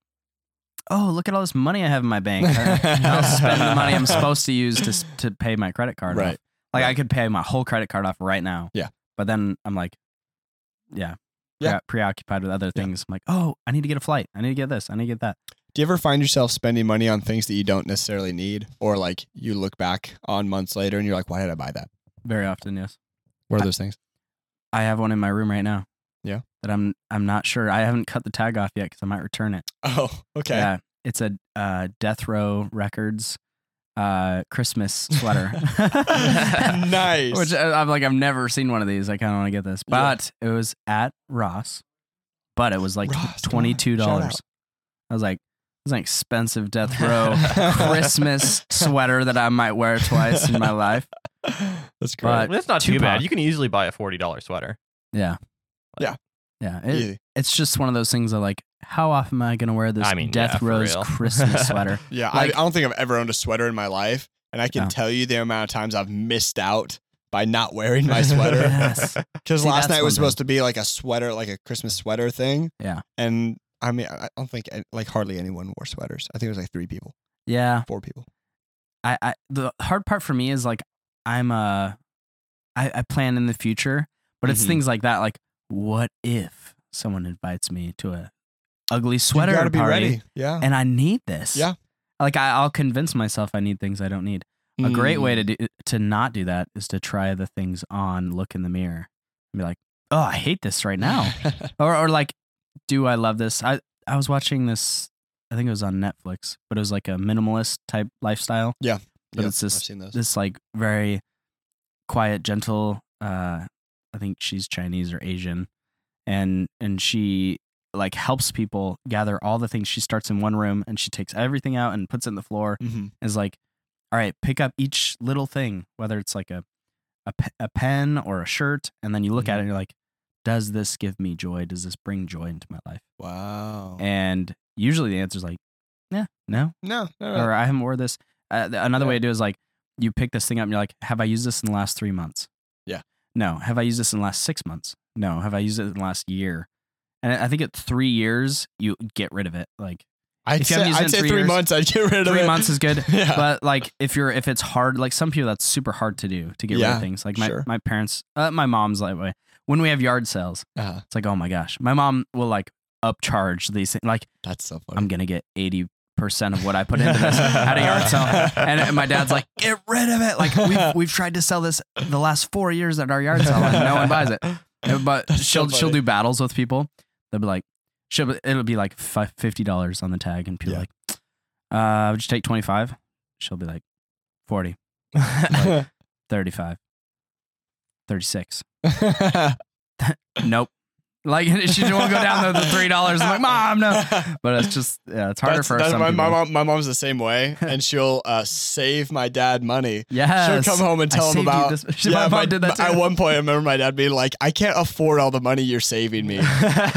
oh, look at all this money I have in my bank. I'll spend the money I'm supposed to use to s- to pay my credit card. off.
Right.
Like I could pay my whole credit card off right now.
Yeah.
But then I'm like, yeah, pre-
Yeah.
preoccupied with other things. I'm like, oh, I need to get a flight. I need to get this. I need to get that.
Do you ever find yourself spending money on things that you don't necessarily need, or like you look back on months later and you're like, why did I buy that?
Very often, yes.
What are those things?
I have one in my room right now.
Yeah.
That I'm I'm not sure. I haven't cut the tag off yet because I might return it.
Oh, okay.
Yeah. It's a uh, Death Row Records uh, Christmas sweater.
nice.
Which I, I'm like, I've never seen one of these. I kind of want to get this,
Yeah.
but it was at Ross, but it was like
Ross, come on,
twenty two
shout out.
dollars. I was like, it's an expensive death row Christmas sweater that I might wear twice in my life.
That's
But-
great.
That's not too
Tupac.
bad. You can easily buy a forty dollar sweater.
Yeah,
Yeah.
yeah. It,
Easy.
It's just one of those things that like, how often am I going to wear this
I mean, yeah,
death
for
row's
real.
Christmas sweater?
Yeah,
Like-
I, I don't think I've ever owned a sweater in my life, and I can
No.
tell you the amount of times I've missed out by not wearing my sweater.
yes.
Because
See,
last
that's one
night was
thing.
supposed to be like a sweater, like a Christmas sweater thing.
Yeah.
and I mean, I I don't think like hardly anyone wore sweaters. I think it was like three people,
Yeah.
four people.
I, I the hard part for me is like I'm a I, I plan in the future, but it's
Mm-hmm.
Mhm.
things like that. Like, what if someone invites me to a ugly sweater
you gotta be
party
ready. Yeah,
and I need this?
Uh-huh. Yeah.
Like I, I'll convince myself I need things I don't need. A great way
Mm.
to do to not do that is to try the things on, look in the mirror, and be like, "Oh, I hate this right now," or or like, "Do I love this?" I I was watching this. I think it was on Netflix, but it was like a minimalist type lifestyle.
Yeah.
but
Yep,
it's this
I've seen those.
this like very quiet, gentle. Uh, I think she's Chinese or Asian, and and she like helps people gather all the things. She starts in one room and she takes everything out and puts it in the floor. And
Mhm.
is like, all right, pick up each little thing, whether it's like a a, pe- a pen or a shirt, and then you look at it and you're like, does this give me joy? Does this bring joy into my life?
Wow.
And usually the answer is like, yeah, no,
no, no, no.
or I haven't wore this. Uh, th- another way to do it is like you pick this thing up and you're like, have I used this in the last three months?
Yeah.
No. Have I used this in the last six months? No. Have I used it in the last year? And I I think at three years you get rid of it. Like
I'd
if you
say,
haven't used it in
I'd say
three
three
years,
months. I'd get rid of it.
three months is good.
yeah.
But like if you're if it's hard, like some people that's super hard to do to get rid
Yeah,
of things. Like my
sure.
my parents, uh, my mom's that way. When we have yard sales,
Uh-huh.
it's like oh my gosh, my mom will like upcharge these things. Like
That's so funny.
I'm gonna get eighty percent of what I put into this at a yard sale. And, and my dad's like, get rid of it. Like we've we've tried to sell this the last four years at our yard sale, and no one buys it. And- But
That's so
she'll she'll do
funny.
battles with people. They'll be like, she'll be- it'll be like fi- fifty dollars on the tag, and people
Yeah.
like, uh, would you take twenty five? She'll be like, 40, 35, 36. Nope. Like she just won't go down there the three dollars. I'm like, mom, no. But it's just yeah, it's harder
That's-
for
that's
some
my, my
people.
mom. My mom's the same way, and she'll uh, save my dad money.
Yes.
She'll come home and
I
tell him
saved you
about.
this- my mom did that
At
too.
one point, I remember my dad being like, "I can't afford all the money you're saving me. Like,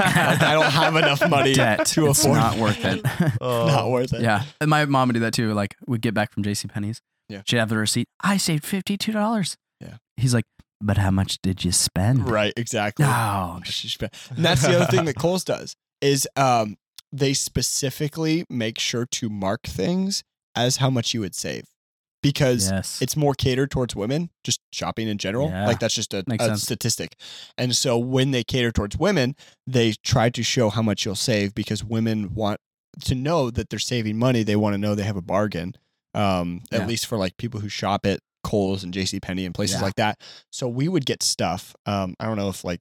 I don't have enough money
debt.
to
it's
afford.
not worth it.
not worth it."
oh yeah, and my mom would do that too. Like we'd get back from J.C. Penney's.
Yeah.
she'd have the receipt. I saved fifty two dollars.
Yeah.
he's like, but how much did you spend? Oh,
Right. Exactly.
No.
She spent- And that's the other thing that Kohl's does is um, they specifically make sure to mark things as how much you would save because
Yes.
it's more catered towards women, just shopping in general.
Yeah.
Like that's just a,
Makes
a
sense.
statistic. And so when they cater towards women, they try to show how much you'll save because women want to know that they're saving money. They want to know they have a bargain. Um, at
Yeah.
least for like people who shop at Kohl's and JCPenney and places
Yeah.
like that. So we would get stuff. Um, I don't know if like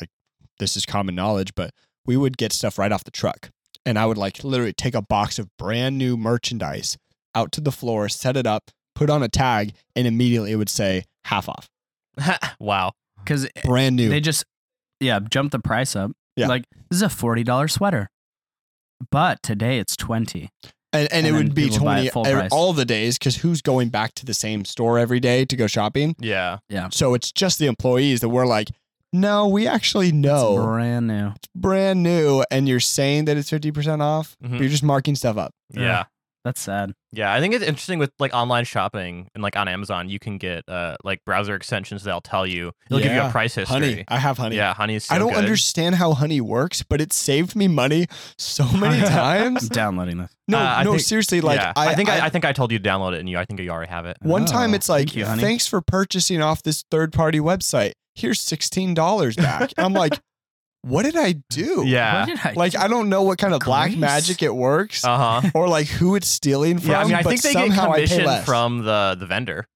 like this is common knowledge, but we would get stuff right off the truck. And I would like literally take a box of brand new merchandise out to the floor, set it up, put on a tag, and immediately it would say half off.
wow.
because
Brand new.
they just yeah jump the price up.
Yeah.
like this is a forty dollar sweater, but today it's twenty.
and,
and
and, it would
then
be
people buy it
20
full
ev-
price.
all the days because who's going back to the same store every day to go shopping?
Yeah.
So it's just the employees that we're like, no, we actually know
it's brand new.
brand new and you're saying that it's 50% off, but
Mhm.
you're just marking stuff up.
Yeah.
That's sad.
Yeah, I think it's interesting with like online shopping and like on Amazon, you can get uh like browser extensions that'll tell you it'll give you
Yeah,
a price history.
Honey, I have honey.
Yeah, honey is so
I don't
good.
understand how honey works, but it saved me money so
I'm
many times.
downloading this.
No,
Uh, I
no,
think-
seriously, like
yeah.
I,
think I, I think I told you to download it and you I think you already have it.
One
Oh,
time it's like,
thank you, honey.
thanks for purchasing off this third party website. Here's $16 back. And I'm like, what did I do?
Yeah.
What did I
Like,
do?
I don't know what kind of black
Grace.
magic it works
Uh huh.
or like who it's stealing from.
Yeah, I mean I
but
think they get
somehow I pay
commission
less.
from the the vendor.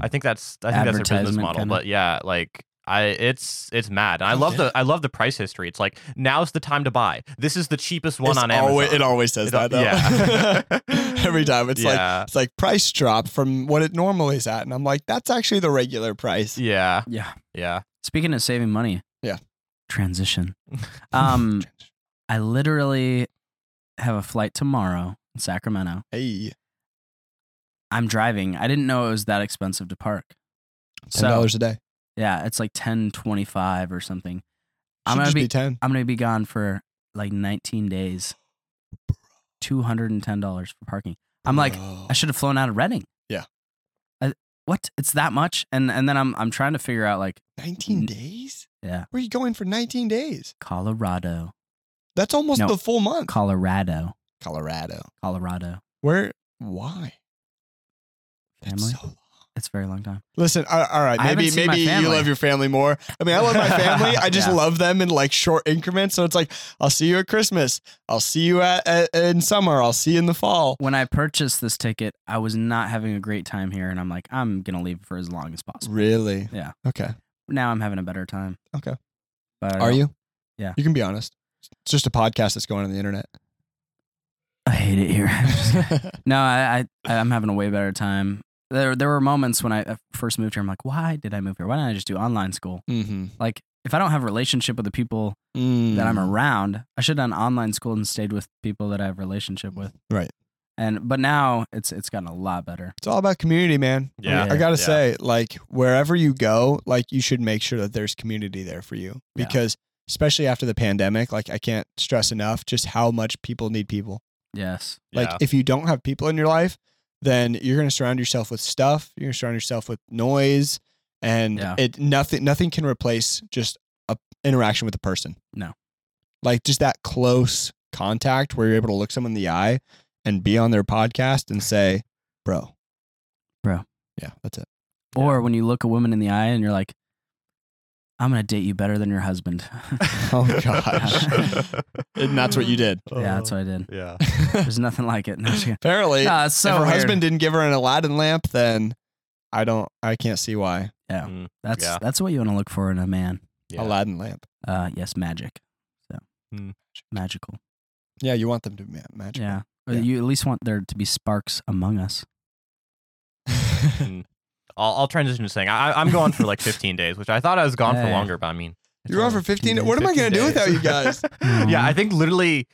I think that's I think that's their business
Advertisement
model.
kinda.
But yeah, like I it's it's mad. And I
Oh,
love
yeah.
the I love the price history. It's like now's the time to buy. This is the cheapest one
It's
on Amazon.
always- it always says
It al-
that though.
yeah.
Every time it's like
yeah.
it's like price drop from what it normally is at. And I'm like, that's actually the regular price.
yeah.
Yeah.
Yeah.
Speaking of saving money.
Yeah.
Transition. Um, I literally have a flight tomorrow in Sacramento.
hey.
I'm driving. I didn't know it was that expensive to park.
Ten
So
dollars a day.
yeah, it's like ten twenty five or something. I'm
Should
gonna
just
be,
be ten.
I'm gonna be gone for like nineteen days. Two hundred and ten dollars for parking. I'm like, I should have flown out of Reading.
Yeah.
I, what? It's that much? And and then I'm I'm trying to figure out like
nineteen days?
yeah,
Where are you going for nineteen days?
Colorado,
That's almost
No.
the full month.
Colorado,
Colorado.
Colorado.
Where? Why?
Family?
That's so long.
It's a very long time.
Listen, uh, all right,
I haven't
maybe
seen my
maybe you
family.
love your family more. I mean, I love my family. I just
Yeah.
love them in like short increments. So it's like, I'll see you at Christmas. I'll see you at, at in summer. I'll see you in the fall.
When I purchased this ticket, I was not having a great time here, and I'm like, I'm gonna leave for as long as possible.
Really?
Yeah.
Okay.
Now I'm having a better time.
Okay.
But I
Are
don't-
you?
Yeah.
You can be honest. It's just a podcast that's going on the internet.
I hate it here. no, I, I I'm having a way better time. There there were moments when I uh, first moved here. I'm like, why did I move here? Why didn't I just do online school?
mm-hmm.
Like, if I don't have a relationship with the people that I'm
Mm.
around, I should have done online school and stayed with people that I have a relationship with.
Right.
And but now it's it's gotten a lot better.
It's all about community, man.
Yeah.
I gotta
Yeah.
say, like wherever you go, like you should make sure that there's community there for you
Yeah.
because especially after the pandemic, like I can't stress enough just how much people need people.
Yes.
Like
Yeah.
if you don't have people in your life, then you're gonna surround yourself with stuff. You're gonna surround yourself with noise, and
Yeah.
it nothing nothing can replace just a interaction with a person.
No.
like just that close contact where you're able to look someone in the eye and be on their podcast and say, "Bro,
Bro.
yeah, that's it."
Or when you look a woman in the eye and you're like, I'm gonna date you better than your husband.
Oh, gosh. And that's what you did.
yeah, that's what I did.
Yeah.
There's nothing like it. No, I'm just kidding.
Apparently,
No, it's
if
so
her
weird.
husband didn't give her an Aladdin lamp, then I don't, I can't see why
Yeah.
Mm,
that's
yeah.
that's what you want to look for in a man.
Yeah.
Aladdin lamp.
Uh, yes, magic. So
Hmm.
magical.
Yeah, you want them to be ma- magical.
Yeah. Or
Yeah.
You at least want there to be sparks among us.
Mm. I'll, I'll transition to saying I, I'm going for like 15 days, which I thought I was gone for
Hey.
longer, but I mean, it's
You're on
only
for 15. What am I gonna do without you guys?
yeah, I
Mhm.
think literally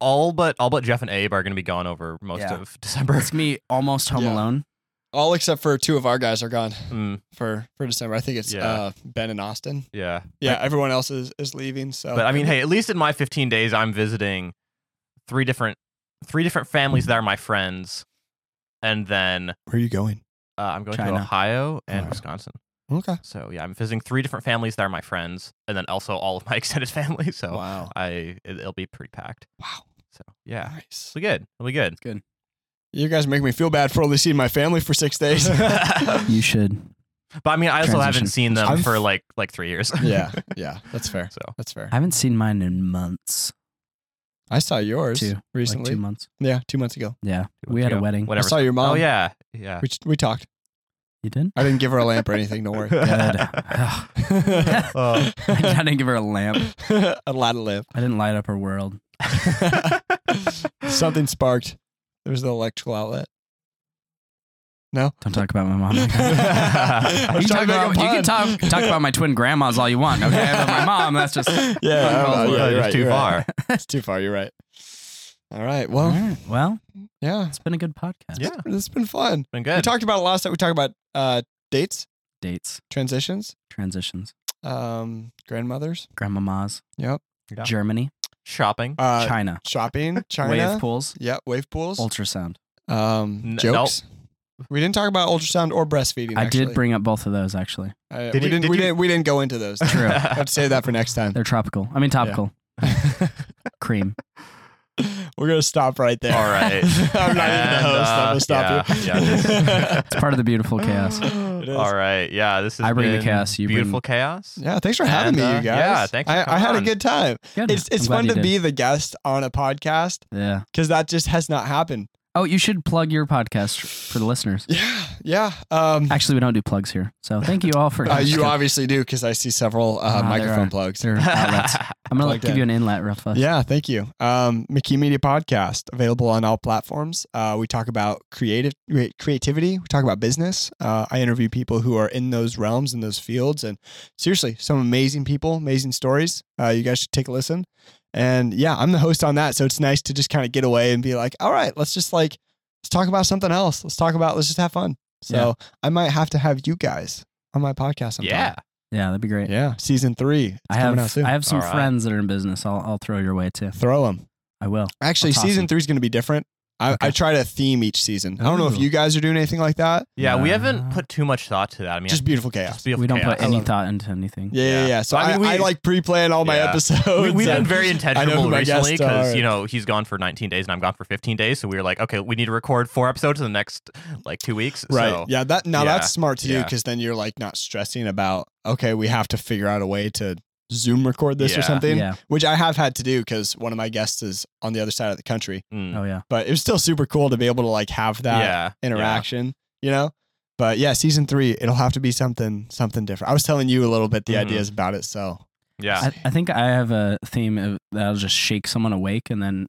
all but all but Jeff and Abe are gonna be gone over most
Yeah.
of December.
It's me almost home
Yeah.
alone.
All except for two of our guys are gone
Mm,
for for December. I think it's
Yeah.
uh, Ben and Austin.
yeah,
Yeah, everyone else is is leaving. So,
but I mean, hey, at least in my 15 days, I'm visiting three different three different
Mm.
families that are my friends, and then uh,
where are you going?
I'm going
China.
to Ohio and
Ohio.
Wisconsin.
Okay.
So yeah, I'm visiting three different families that are my friends, and then also all of my extended family. So
Wow.
I it, it'll be pretty packed.
Wow.
So yeah,
Nice.
it'll be good. It'll be good.
You guys make me feel bad for only seeing my family for six days.
You should.
But I mean, I also
Transition.
haven't seen them
I'm
for
f-
like like three years.
yeah, yeah, that's fair.
So
That's fair.
I haven't seen mine in months.
I saw yours
Two. Like
recently.
Like two months.
yeah, two months ago.
Yeah.
two
We
months
had a
ago.
wedding.
Whatever.
I saw your mom.
oh yeah, yeah.
We, we talked.
You did?
I didn't give her a lamp or anything. Don't worry.
Good. Ugh.
Oh.
I didn't give her a lamp.
a lot of lamp.
I didn't light up her world.
Something sparked. There was the electrical outlet. No.
Don't talk about my mom.
I
You
was
can, talk
trying to make a
about, you can
pun.
talk, talk about my twin grandmas all you want, okay? But my mom, that's just.
yeah, I don't know.
Oh,
Yeah,
yeah,
you're
it's
right,
too
you're right.
far.
It's too far. You're right. All right. Well,
All right. Well,
yeah.
it's been a good podcast.
Yeah,
It's been fun.
been
We
good.
talked about a lot of stuff. We talked about uh, dates,
Dates,
transitions,
transitions,
um, grandmothers.
grandmamas,
Yep.
Yeah.
Germany,
Shopping.
Uh,
China,
shopping, China.
wave pools,
Yep, wave pools.
ultrasound.
Um,
N-
jokes. We didn't talk about ultrasound or breastfeeding.
I
actually.
did bring up both of those actually.
Uh,
Did you-
we didn't.
did
we
you-
didn't. We didn't go into those. I
True.
have to save that for next time.
They're tropical. I mean topical. Cream.
We're gonna stop right there.
All right.
I'm not even the
And,
host. I'm
uh,
gonna stop you.
yeah, yeah,
It's part of the beautiful chaos.
It is.
All right. Yeah. This is
I bring the chaos, you bring-
beautiful chaos.
Yeah, thanks for having
And,
me,
uh,
you guys.
yeah, thanks for
I, I
coming
had a
on.
good time.
Good.
It's it's
I'm glad
fun
you
to
did.
be the guest on a podcast
Yeah.
because that just has not happened.
Oh, you should plug your podcast for the listeners.
Yeah, yeah. Um,
Actually, we don't do plugs here. So thank you all for
uh, you obviously do because I see several uh,
Ah, there
microphone
are.
plugs.
They're outlets. I'm gonna
Plugged
give
in.
you an inlet real fast.
Yeah, thank you. Um, Mickey Media Podcast available on all platforms. Uh, we talk about creative crea- creativity. We talk about business. Uh, I interview people who are in those realms in those fields, and seriously, some amazing people, amazing stories. Uh, you guys should take a listen. And yeah, I'm the host on that, so it's nice to just kind of get away and be like, all right, let's just like let's talk about something else. Let's talk about let's just have fun. So
Yeah.
I might have to have you guys on my podcast
Yeah.
sometime.
Yeah, that'd be great.
yeah. Season three. It's
I
coming out
have
soon.
I have some
All right.
friends that are in business. I'll I'll throw your way too.
Throw them.
I will.
Actually,
That's
season
awesome.
three is going to be different. I,
Okay.
I try to theme each season. I don't know if
Ooh.
you guys are doing anything like that.
Yeah. We
Uh,
haven't put too much thought to that. I mean,
Just beautiful chaos.
just beautiful
we don't
chaos.
put any
love it.
thought into anything.
yeah, yeah,
yeah.
yeah. So
I
I,
mean, we-
I like pre-plan all my
Yeah.
episodes.
We, we've been
and-
very intentional
who my
recently
guests are.
because you know he's gone for 19 days and I'm gone for 15 days, so we were like, okay, we need to record four episodes in the next like two weeks.
right.
So,
yeah, that now
yeah,
that's smart to do
yeah.
because then you're like not stressing about okay, we have to figure out a way to Zoom record this or
Yeah.
something,
Yeah.
which I have had to do because one of my guests is on the other side of the country.
mm,
Oh yeah.
But it was still super cool to be able to like have that
yeah,
interaction, you know? But yeah, season three, it'll have to be something something different. I was telling you a little bit the
Mhm.
ideas about it, so
Yeah.
I, I think I have a theme of, that I'll just shake someone awake and then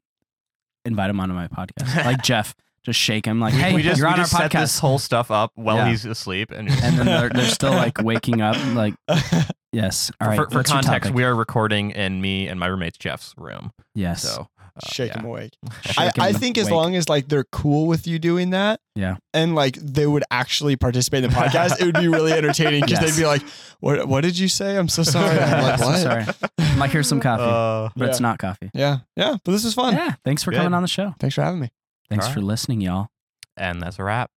invite him onto my podcast. like Jeff, just shake him like,
We-
hey,
we just,
you're
we
on our
just set this
podcast.
whole stuff up while
Yeah.
he's asleep, and,
And then they're, they're still like waking up. Like, yes. All right.
for, for
what's your
context,
topic?
we are recording in me and my roommate Jeff's room.
yes.
So uh,
shake
yeah.
them awake.
Shake
I, I
him
think as
awake.
long as like they're cool with you doing that,
Yeah.
and like they would actually participate in the podcast, it would be really entertaining because
Yes.
they'd be like, "What? What did you say? I'm so sorry." I'm
Yes,
like,
I'm
"What?"
sorry. I'm like, here's some coffee,
Uh,
but it's
yeah.
not coffee.
Yeah, yeah. But this was fun.
Yeah. Thanks for
Good.
coming on the show.
Thanks for having me.
Thanks
All
for listening, y'all.
and that's a wrap.